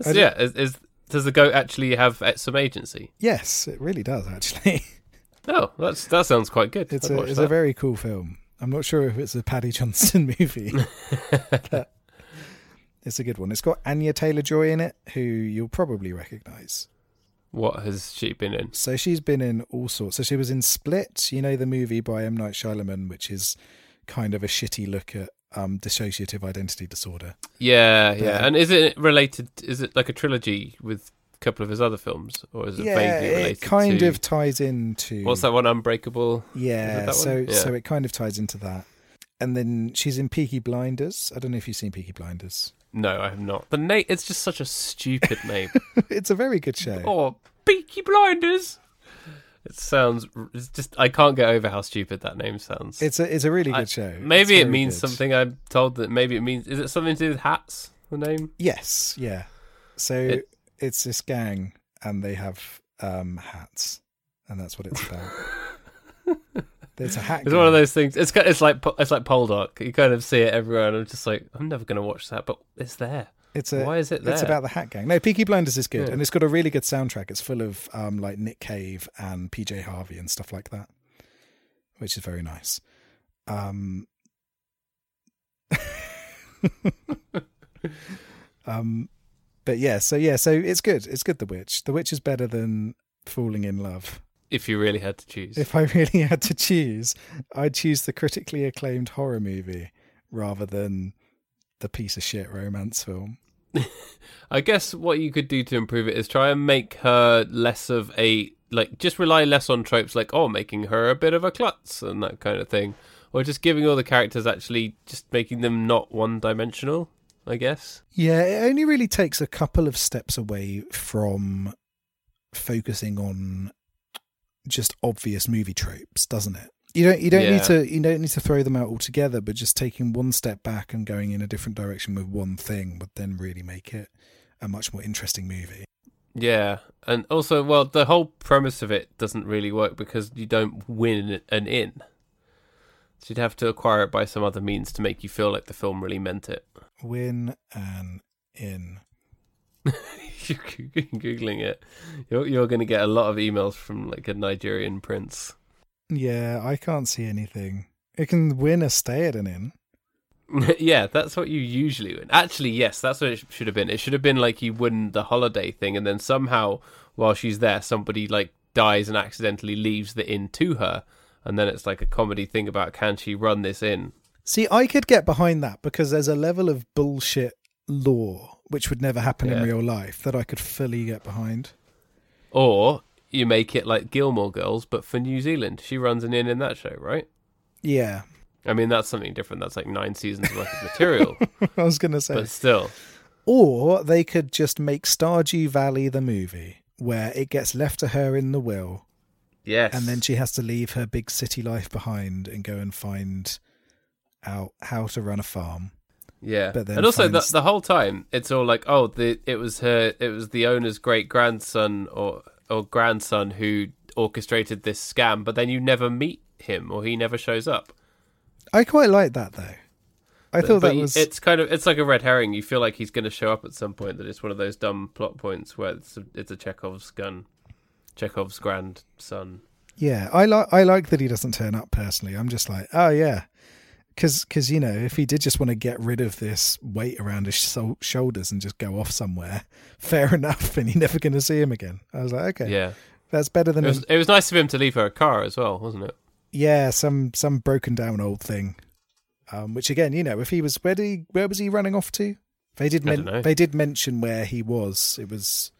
So, I don't- yeah. Is, is does the goat actually have uh, some agency? yes, it really does actually. Oh, that's that sounds quite good. It's I'd a watch it's that. a very cool film. I'm not sure if it's a Paddy Johnston movie. but it's a good one. It's got Anya Taylor Joy in it, who you'll probably recognise. What has she been in? So she's been in all sorts. So she was in Split, you know, the movie by M. Night Shyamalan, which is kind of a shitty look at um, dissociative identity disorder. Yeah, yeah. Yeah. And is it related? Is it like a trilogy with a couple of his other films, or is it Yeah, vaguely related? it kind to... of ties into What's that one? Unbreakable. Yeah, that one? so Yeah. so it kind of ties into that. And then she's in Peaky Blinders. I don't know if you've seen Peaky Blinders. No, I have not. The name. It's just such a stupid name. it's a very good show. oh, Peaky Blinders. It sounds. It's just. I can't get over how stupid that name sounds. It's a it's a really good I- show. It's maybe it very means good. something. I'm told that maybe it means. Is it something to do with hats? The name. Yes, yeah. So It- it's this gang, and they have um, hats, and that's what it's about. There's a hack. It's one of those things. It's kind- it's like po- it's like Poldark. You kind of see it everywhere, and I'm just like, I'm never going to watch that, but it's there. It's a, Why is it It's there? about the Hat Gang. No, Peaky Blinders is good, Yeah. and it's got a really good soundtrack. It's full of um, like Nick Cave and PJ Harvey and stuff like that, which is very nice. Um, um, but yeah, so yeah, so it's good. It's good. The Witch. The Witch is better than Falling in Love. If you really had to choose, If I really had to choose, I'd choose the critically acclaimed horror movie rather than the piece of shit romance film. I guess what you could do to improve it is try and make her less of a like just rely less on tropes like oh making her a bit of a klutz and that kind of thing or just giving all the characters actually just making them not one dimensional I guess Yeah, it only really takes a couple of steps away from focusing on just obvious movie tropes, doesn't it? You don't you don't need Yeah. to you don't need to throw them out altogether, but just taking one step back and going in a different direction with one thing would then really make it a much more interesting movie. yeah and also well the whole premise of it doesn't really work because you don't win an in so you'd have to acquire it by some other means to make you feel like the film really meant it Win and in. You're googling it you're, you're going to get a lot of emails from like a Nigerian prince Yeah, I can't see anything. It can win a stay at an inn. yeah, that's what you usually win. Actually, yes, that's what it sh- should have been. It should have been like you win the holiday thing, and then somehow while she's there, somebody like dies and accidentally leaves the inn to her, and then it's like a comedy thing about can she run this inn? See, I could get behind that because there's a level of bullshit lore which would never happen in Yeah. real life that I could fully get behind. Or you make it like Gilmore Girls, but for New Zealand, she runs an inn in that show, right? Yeah, I mean, that's something different. That's like nine seasons worth of material, I was going to say. but still, Or they could just make Stardew Valley the movie where it gets left to her in the will yes. and then she has to leave her big city life behind and go and find out how to run a farm. Yeah, but then and also the, finds- the whole time it's all like, oh, the it was her, it was the owner's great grandson or or grandson who orchestrated this scam, but then you never meet him or he never shows up. I quite like that though. I thought but that you- was it's kind of it's like a red herring. You feel like he's going to show up at some point. That it's one of those dumb plot points where it's a, it's a Chekhov's gun, Chekhov's grandson. Yeah, I like I like that he doesn't turn up personally. I'm just like, oh yeah, because you know, if he did just want to get rid of this weight around his shou- shoulders and just go off somewhere, fair enough, and you're never going to see him again. I was like, okay, Yeah, that's better it than was a, it was nice of him to leave her a car as well, wasn't it? yeah, some some broken down old thing. Um, which again, you know, if he was where did he where was he running off to? They did I don't know. men- they did mention where he was. It was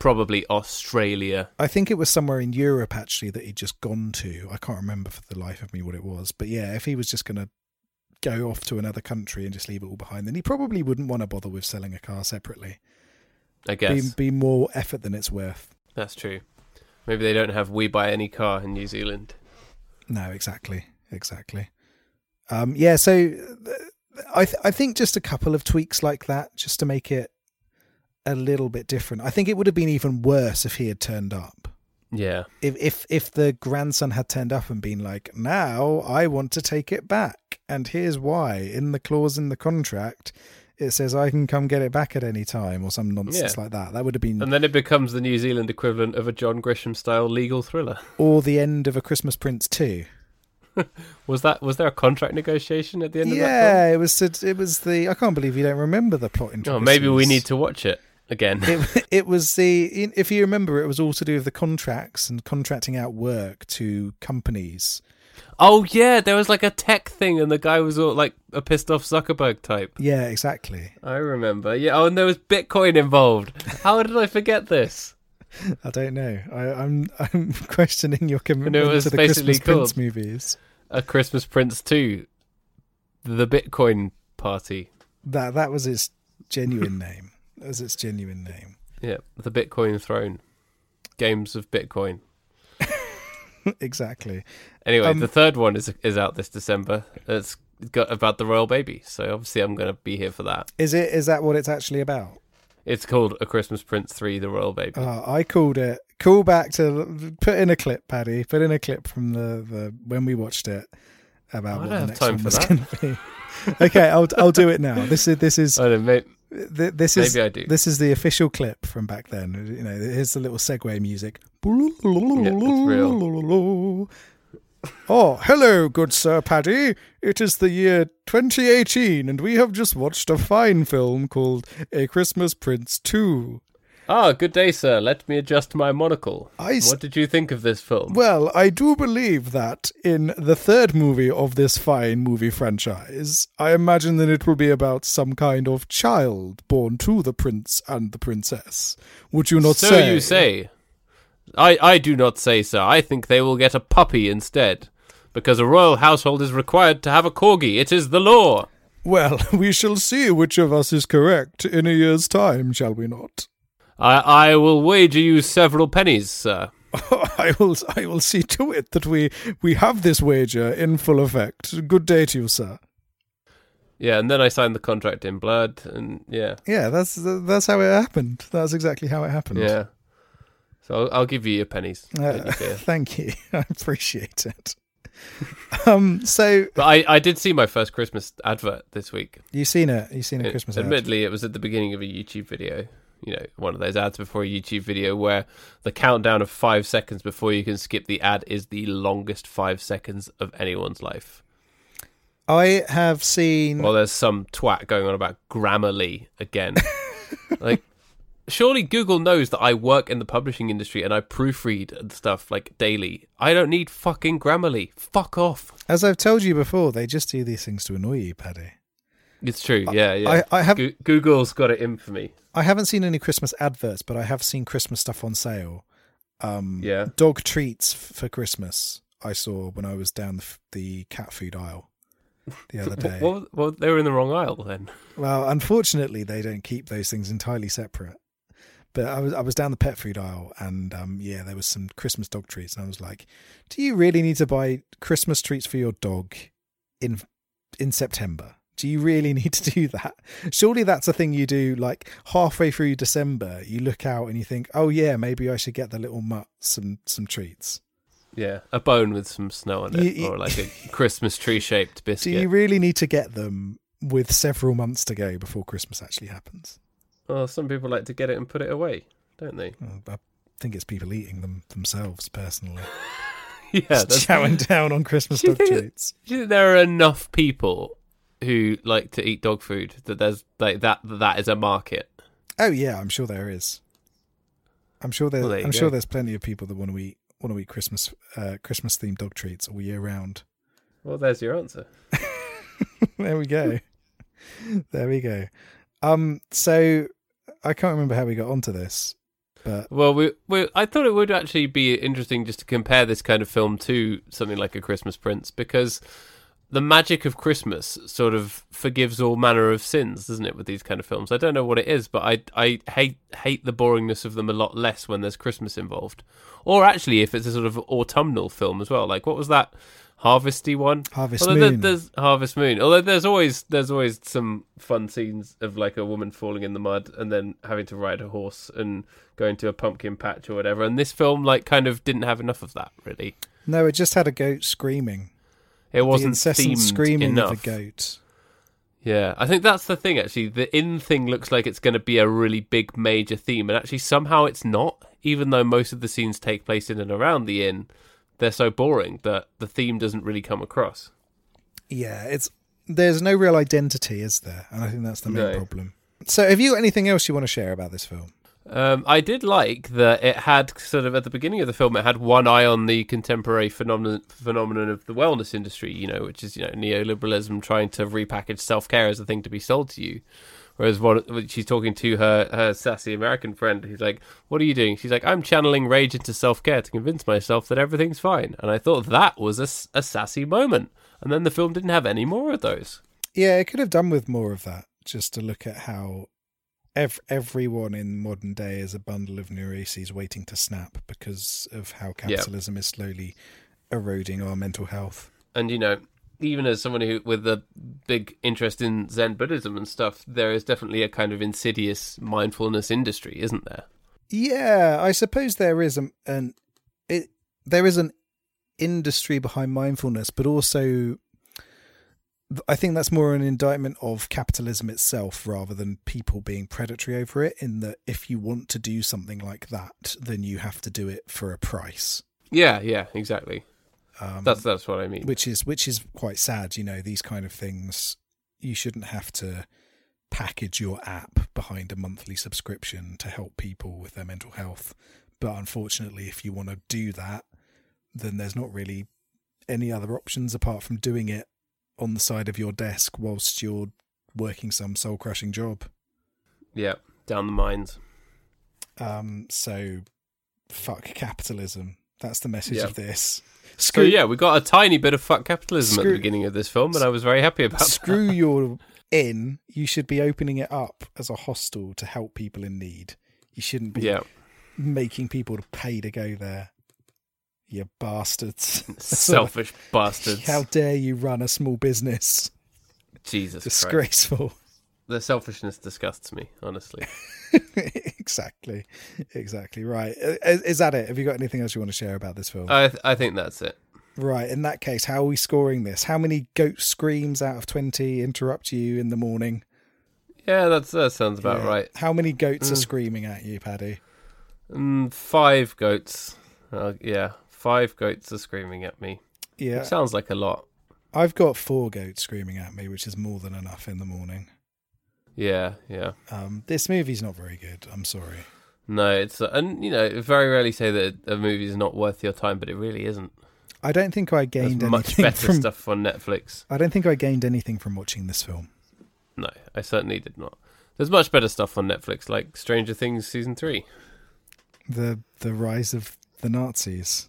Probably Australia. I think it was somewhere in Europe actually that he'd just gone to. I can't remember for the life of me what it was, but yeah, if he was just going to go off to another country and just leave it all behind, then he probably wouldn't want to bother with selling a car separately. I guess Be, be more effort than it's worth. that's true. Maybe they don't have we buy any car in New Zealand. No, exactly, exactly. Um, yeah, so th- I th- I think just a couple of tweaks like that just to make it a little bit different. I think it would have been even worse if he had turned up. Yeah. if if if the grandson had turned up and been like, "Now I want to take it back, and here's why." In the clause in the contract, it says I can come get it back at any time, or some nonsense Yeah. like that. That would have been And then it becomes the New Zealand equivalent of a John Grisham style legal thriller. or the end of a Christmas Prince too. Was that was there a contract negotiation at the end of Yeah, it was it was the I can't believe you don't remember the plot. that? film? Oh, maybe we need to watch it again. it, it was the if you remember it was all to do with the contracts and contracting out work to companies oh yeah, there was like a tech thing and the guy was all like a pissed off Zuckerberg type. yeah exactly I remember. Yeah, oh and there was Bitcoin involved. How did I forget this? I don't know. I, I'm I'm questioning your commitment was to the basically Christmas Prince movies. A Christmas Prince 2. The Bitcoin party. That that was its genuine name. That was its genuine name. Yeah, the Bitcoin throne. Games of Bitcoin. exactly. Anyway, Um, the third one is is out this December. It's got about the royal baby, so obviously I'm going to be here for that. Is it is that what it's actually about? It's called A Christmas Prince 3 The Royal Baby. Uh, I called it. Call back to put in a clip, Paddy. Put in a clip from the, the when we watched it about Oh, I don't what the have next time one for was that. going to be. okay, I'll I'll do it now. This is this is I don't know, may- th- this is maybe I do. this is the official clip from back then. You know, here's the little segue music. Oh, hello, good Sir Paddy. It is the year 2018, and we have just watched a fine film called A Christmas Prince 2. Ah, good day, sir. Let me adjust my monocle. I s- What did you think of this film? Well, I do believe that in the third movie of this fine movie franchise, I imagine that it will be about some kind of child born to the prince and the princess. Would you not so say? you say. I, I do not say, sir. I think they will get a puppy instead. Because a royal household is required to have a corgi. It is the law. Well, we shall see which of us is correct in a year's time, shall we not? I, I will wager you several pennies, sir. I will I will see to it that we we have this wager in full effect. Good day to you, sir. Yeah, and then I signed the contract in blood, and yeah, Yeah, that's that's how it happened. That's exactly how it happened. yeah. So I'll, I'll give you your pennies. Don't Uh, you fear. thank you. I appreciate it. um so But I, I did see my first Christmas advert this week. you've seen it. You've seen a It- Christmas ad. admittedly, it was at the beginning of a YouTube video. You know, one of those ads before a YouTube video where the countdown of five seconds before you can skip the ad is the longest five seconds of anyone's life. I have seen Well, there's some twat going on about Grammarly again. like, surely Google knows that I work in the publishing industry and I proofread and stuff like daily. I don't need fucking Grammarly. Fuck off. as I've told you before, they just do these things to annoy you, Paddy. It's true. Yeah, yeah. I- I have- Goo- Google's got it in for me. I haven't seen any Christmas adverts, but I have seen Christmas stuff on sale. Um, Yeah. dog treats f- for Christmas. I saw when I was down the, f- the cat food aisle the other day. Well, well, they were in the wrong aisle then. Well, unfortunately, they don't keep those things entirely separate. But I was I was down the pet food aisle, and um, yeah, there was some Christmas dog treats, and I was like, "Do you really need to buy Christmas treats for your dog in in September? Do you really need to do that? Surely that's a thing you do like halfway through December. You look out and you think, "Oh yeah, maybe I should get the little mutt some some treats." Yeah, a bone with some snow on it, You- you- or like a Christmas tree shaped Do biscuit. you really need to get them with several months to go before Christmas actually happens? Well, some people like to get it and put it away, don't they? Well, Uh, I think it's people eating them themselves personally. yeah, that's, Just chowing down on Christmas Do you dog think- treats. do you think there are enough people who like to eat dog food that there's like that that is a market? Oh yeah, I'm sure there is. I'm sure there. Well, there you I'm sure go. there's plenty of people that want to eat want to eat Christmas uh, Christmas themed dog treats all year round. Well, there's your answer. there we go. there we go. Um, so I can't remember how we got onto this, but Well, we, we I thought it would actually be interesting just to compare this kind of film to something like A Christmas Prince because the magic of Christmas sort of forgives all manner of sins, doesn't it? With these kind of films, I don't know what it is, but I I hate hate the boringness of them a lot less when there's Christmas involved, or actually if it's a sort of autumnal film as well. Like what was that harvesty one? Harvest Although Moon. There, there's Harvest Moon. Although there's always there's always some fun scenes of like a woman falling in the mud and then having to ride a horse and going to a pumpkin patch or whatever. And this film like kind of didn't have enough of that really. no, it just had a goat screaming. It the wasn't incessant themed screaming enough. of a goat. Yeah, I think that's the thing actually. The in thing looks like it's going to be a really big major theme, and actually somehow it's not. Even though most of the scenes take place in and around the inn, they're so boring that the theme doesn't really come across. Yeah, it's there's no real identity, is there? And I think that's the main No. problem. So, have you got anything else you want to share about this film? Um, I did like that it had sort of at the beginning of the film, it had one eye on the contemporary phenomenon phenomenon of the wellness industry, you know, which is you know neoliberalism trying to repackage self care as a thing to be sold to you. Whereas one, when she's talking to her her sassy American friend, who's like, "What are you doing?" She's like, "I'm channeling rage into self care to convince myself that everything's fine." And I thought that was a, s- a sassy moment. And then the film didn't have any more of those. Yeah, it could have done with more of that. Just to look at how ev- everyone in modern day is a bundle of neuroses waiting to snap because of how capitalism is slowly eroding our mental health. and you know even as someone who with a big interest in Zen Buddhism and stuff, there is definitely a kind of insidious mindfulness industry, isn't there? Yeah, I suppose there is an, an it there is an industry behind mindfulness, but also th- I think that's more an indictment of capitalism itself rather than people being predatory over it. In that, if you want to do something like that, then you have to do it for a price. Yeah, yeah, exactly. Um, That's that's what I mean. which is which is quite sad. You know, these kind of things you shouldn't have to package your app behind a monthly subscription to help people with their mental health. But unfortunately, if you want to do that, then there's not really any other options apart from doing it on the side of your desk whilst you're working some soul crushing job. Yeah, down the mines. Um, so fuck capitalism. That's the message Yeah. of this. So Screw yeah, we got a tiny bit of fuck capitalism at Screw- the beginning of this film, and I was very happy about that. screw your inn. You should be opening it up as a hostel to help people in need. You shouldn't be Yeah, making people to pay to go there. You bastards! selfish bastards. How dare you run a small business? Jesus Christ. Disgraceful. Their selfishness disgusts me, honestly. exactly, exactly right. Uh, Is, is that it? Have you got anything else you want to share about this film? I th- I think that's it. right. In that case, how are we scoring this? How many goat screams out of twenty interrupt you in the morning? Yeah, that's that sounds about Yeah. right. How many goats are Mm. screaming at you, Paddy? Mm, five goats. Uh, yeah, five goats are screaming at me. Yeah. Which sounds like a lot. I've got four goats screaming at me, which is more than enough in the morning. Yeah, yeah. Um, this movie's not very good. I'm sorry. No, it's uh, and you know very rarely say that a movie is not worth your time, but it really isn't. I don't think I There's gained much anything better from. stuff on Netflix. I don't think I gained anything from watching this film. No, I certainly did not. There's much better stuff on Netflix, like Stranger Things season three. The the rise of the Nazis.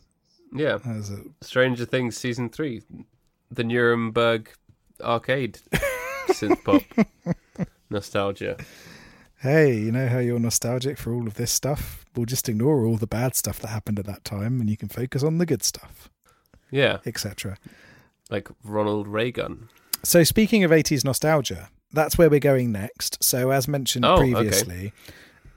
Yeah, That was a- Stranger Things season three, the Nuremberg arcade synth pop nostalgia. hey, you know how you're nostalgic for all of this stuff? We'll just ignore all the bad stuff that happened at that time, and you can focus on the good stuff, Yeah, etc. like Ronald Reagan. So speaking of 80s nostalgia, that's where we're going next. So as mentioned Oh, okay. previously,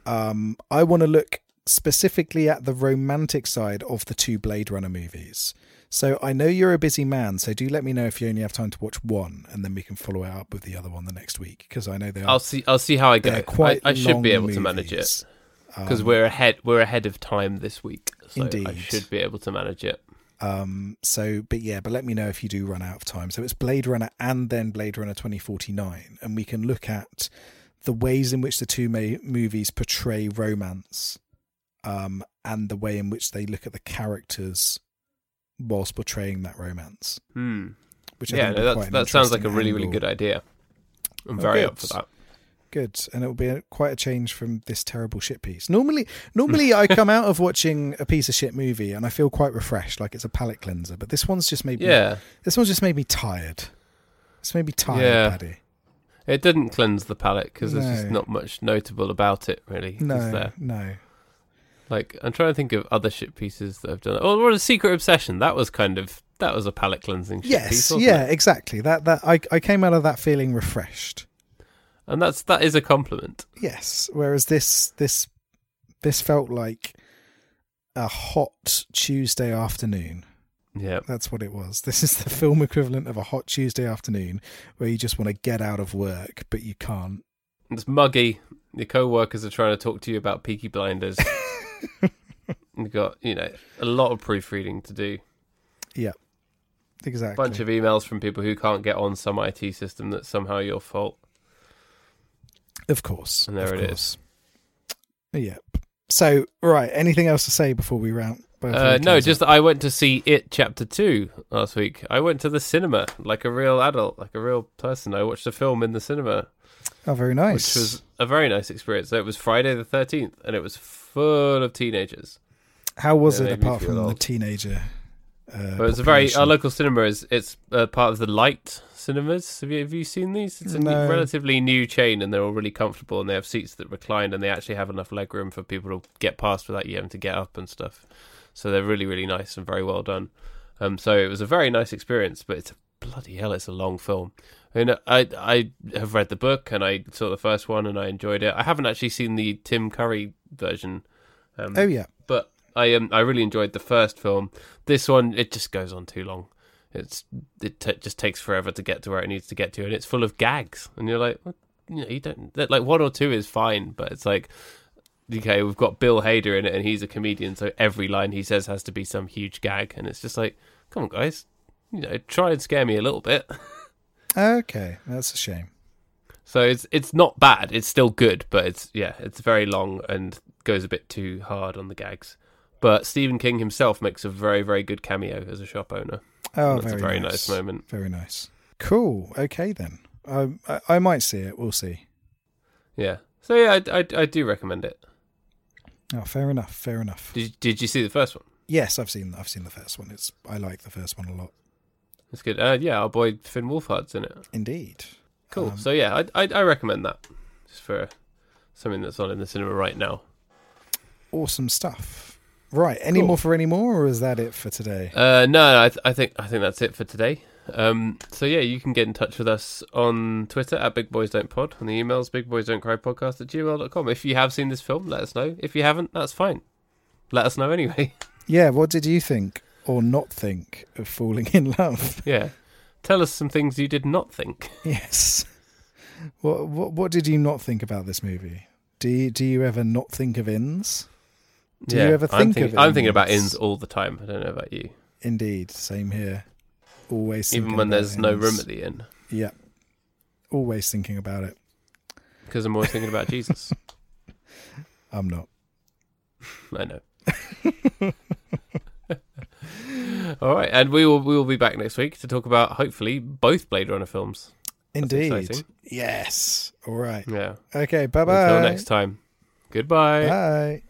um, I want to look specifically at the romantic side of the two Blade Runner movies. So I know you're a busy man, so do let me know if you only have time to watch one, and then we can follow it up with the other one the next week because I know they are I'll see. I'll see how I go. they're I- quite. I, should be able long to manage it movies. because we're ahead. We're ahead of time this week, so I Indeed. should be able to manage it. Um, so, but yeah, but let me know if you do run out of time. So it's Blade Runner and then Blade Runner 2049, and we can look at the ways in which the two ma- movies portray romance um, and the way in which they look at the characters whilst portraying that romance. Hmm. Which I Yeah, think no, would be quite that's, an that sounds like a interesting really, really angle. good idea. I'm Oh, very good. up for that. Good, and it will be a, quite a change from this terrible shit piece. Normally, normally I come out of watching a piece of shit movie and I feel quite refreshed, like it's a palate cleanser. But this one's just made me Yeah, This one's just made me tired. It's made me tired, Yeah. Paddy. it didn't cleanse the palate because there's just No. not much notable about it, really. is No, there? no. Like, I'm trying to think of other shit pieces that I've done. Oh, what a secret obsession. That was kind of that was a palate cleansing. Shit Yes, piece, wasn't yeah, it? exactly. That that I I came out of that feeling refreshed. and that's that is a compliment. Yes. Whereas this this this felt like a hot Tuesday afternoon. Yeah, That's what it was. This is the film equivalent of a hot Tuesday afternoon where you just want to get out of work, but you can't. it's muggy. Your co-workers are trying to talk to you about Peaky Blinders. You've got you know a lot of proofreading to do. Exactly. bunch of emails from people who can't get on some IT system that's somehow your fault. Of course. And there of it course. Yep. So, right. Anything else to say before we round? before we Uh, no, close just that I went to see It Chapter 2 last week. I went to the cinema like a real adult, like a real person. I watched a film in the cinema, Oh, very nice. which was a very nice experience. So it was Friday the 13th, and it was full of teenagers. How was Yeah, it made me apart feel from the old. teenager? Uh, But it was a very, our population? local cinema is, it's uh, part of the Light Cinemas. Have you, have you seen these? It's a new- No. relatively new chain, and they're all really comfortable, and they have seats that recline, and they actually have enough leg room for people to get past without you having to get up and stuff. So they're really, really nice and very well done. Um, so it was a very nice experience, but it's a bloody hell, it's a long film. I mean, I I have read the book and I saw the first one and I enjoyed it. I haven't actually seen the Tim Curry version. Um, Oh yeah, but I um I really enjoyed the first film. This one it just goes on too long. It's it t- just takes forever to get to where it needs to get to, and it's full of gags. And you're like, what? you know, you don't that- like one or two is fine, but it's like. Okay, we've got Bill Hader in it, and he's a comedian, so every line he says has to be some huge gag, and it's just like, come on, guys, you know, try and scare me a little bit. okay, that's a shame. So it's it's not bad. It's still good, but it's yeah, it's very long and goes a bit too hard on the gags. But Stephen King himself makes a very very good cameo as a shop owner. Oh, That's very a very nice. moment. Very nice. Cool. Okay then. I, I I might see it. We'll see. Yeah. So yeah, I, I, I do recommend it. Oh, fair enough. Fair enough. Did did you see the first one? Yes, I've seen I've seen the first one. It's I like the first one a lot. It's good. Uh, yeah, our boy Finn Wolfhard's in it. Indeed. Cool. Um, so yeah, I, I I recommend that just for something that's on in the cinema right now. Awesome stuff. Right. Any Cool. more for any more, or is that it for today? Uh, no, no I, th- I think I think that's it for today. Um, so yeah, you can get in touch with us on Twitter at Big Boys Don't Pod and the emails Big Boys Don't Cry Podcast at gmail.com. If you have seen this film, let us know. If you haven't, that's fine. Let us know anyway. Yeah. What did you think or not think of falling in love? yeah. Tell us some things you did not think. yes. What what what did you not think about this movie? Do you, do you ever not think of ins? Do you ever I'm think of I'm thinking about ins? ins all the time. I don't know about you. Indeed. Same here. Always. Even thinking when about there's no ins. room at the inn. Yeah. Always thinking about it. Because I'm always thinking about Jesus. I'm not. I know. All right, and we will we will be back next week to talk about hopefully both Blade Runner films. Indeed. exciting. Yes. All right. Yeah. Okay. Bye bye. Until next time. Goodbye. Bye.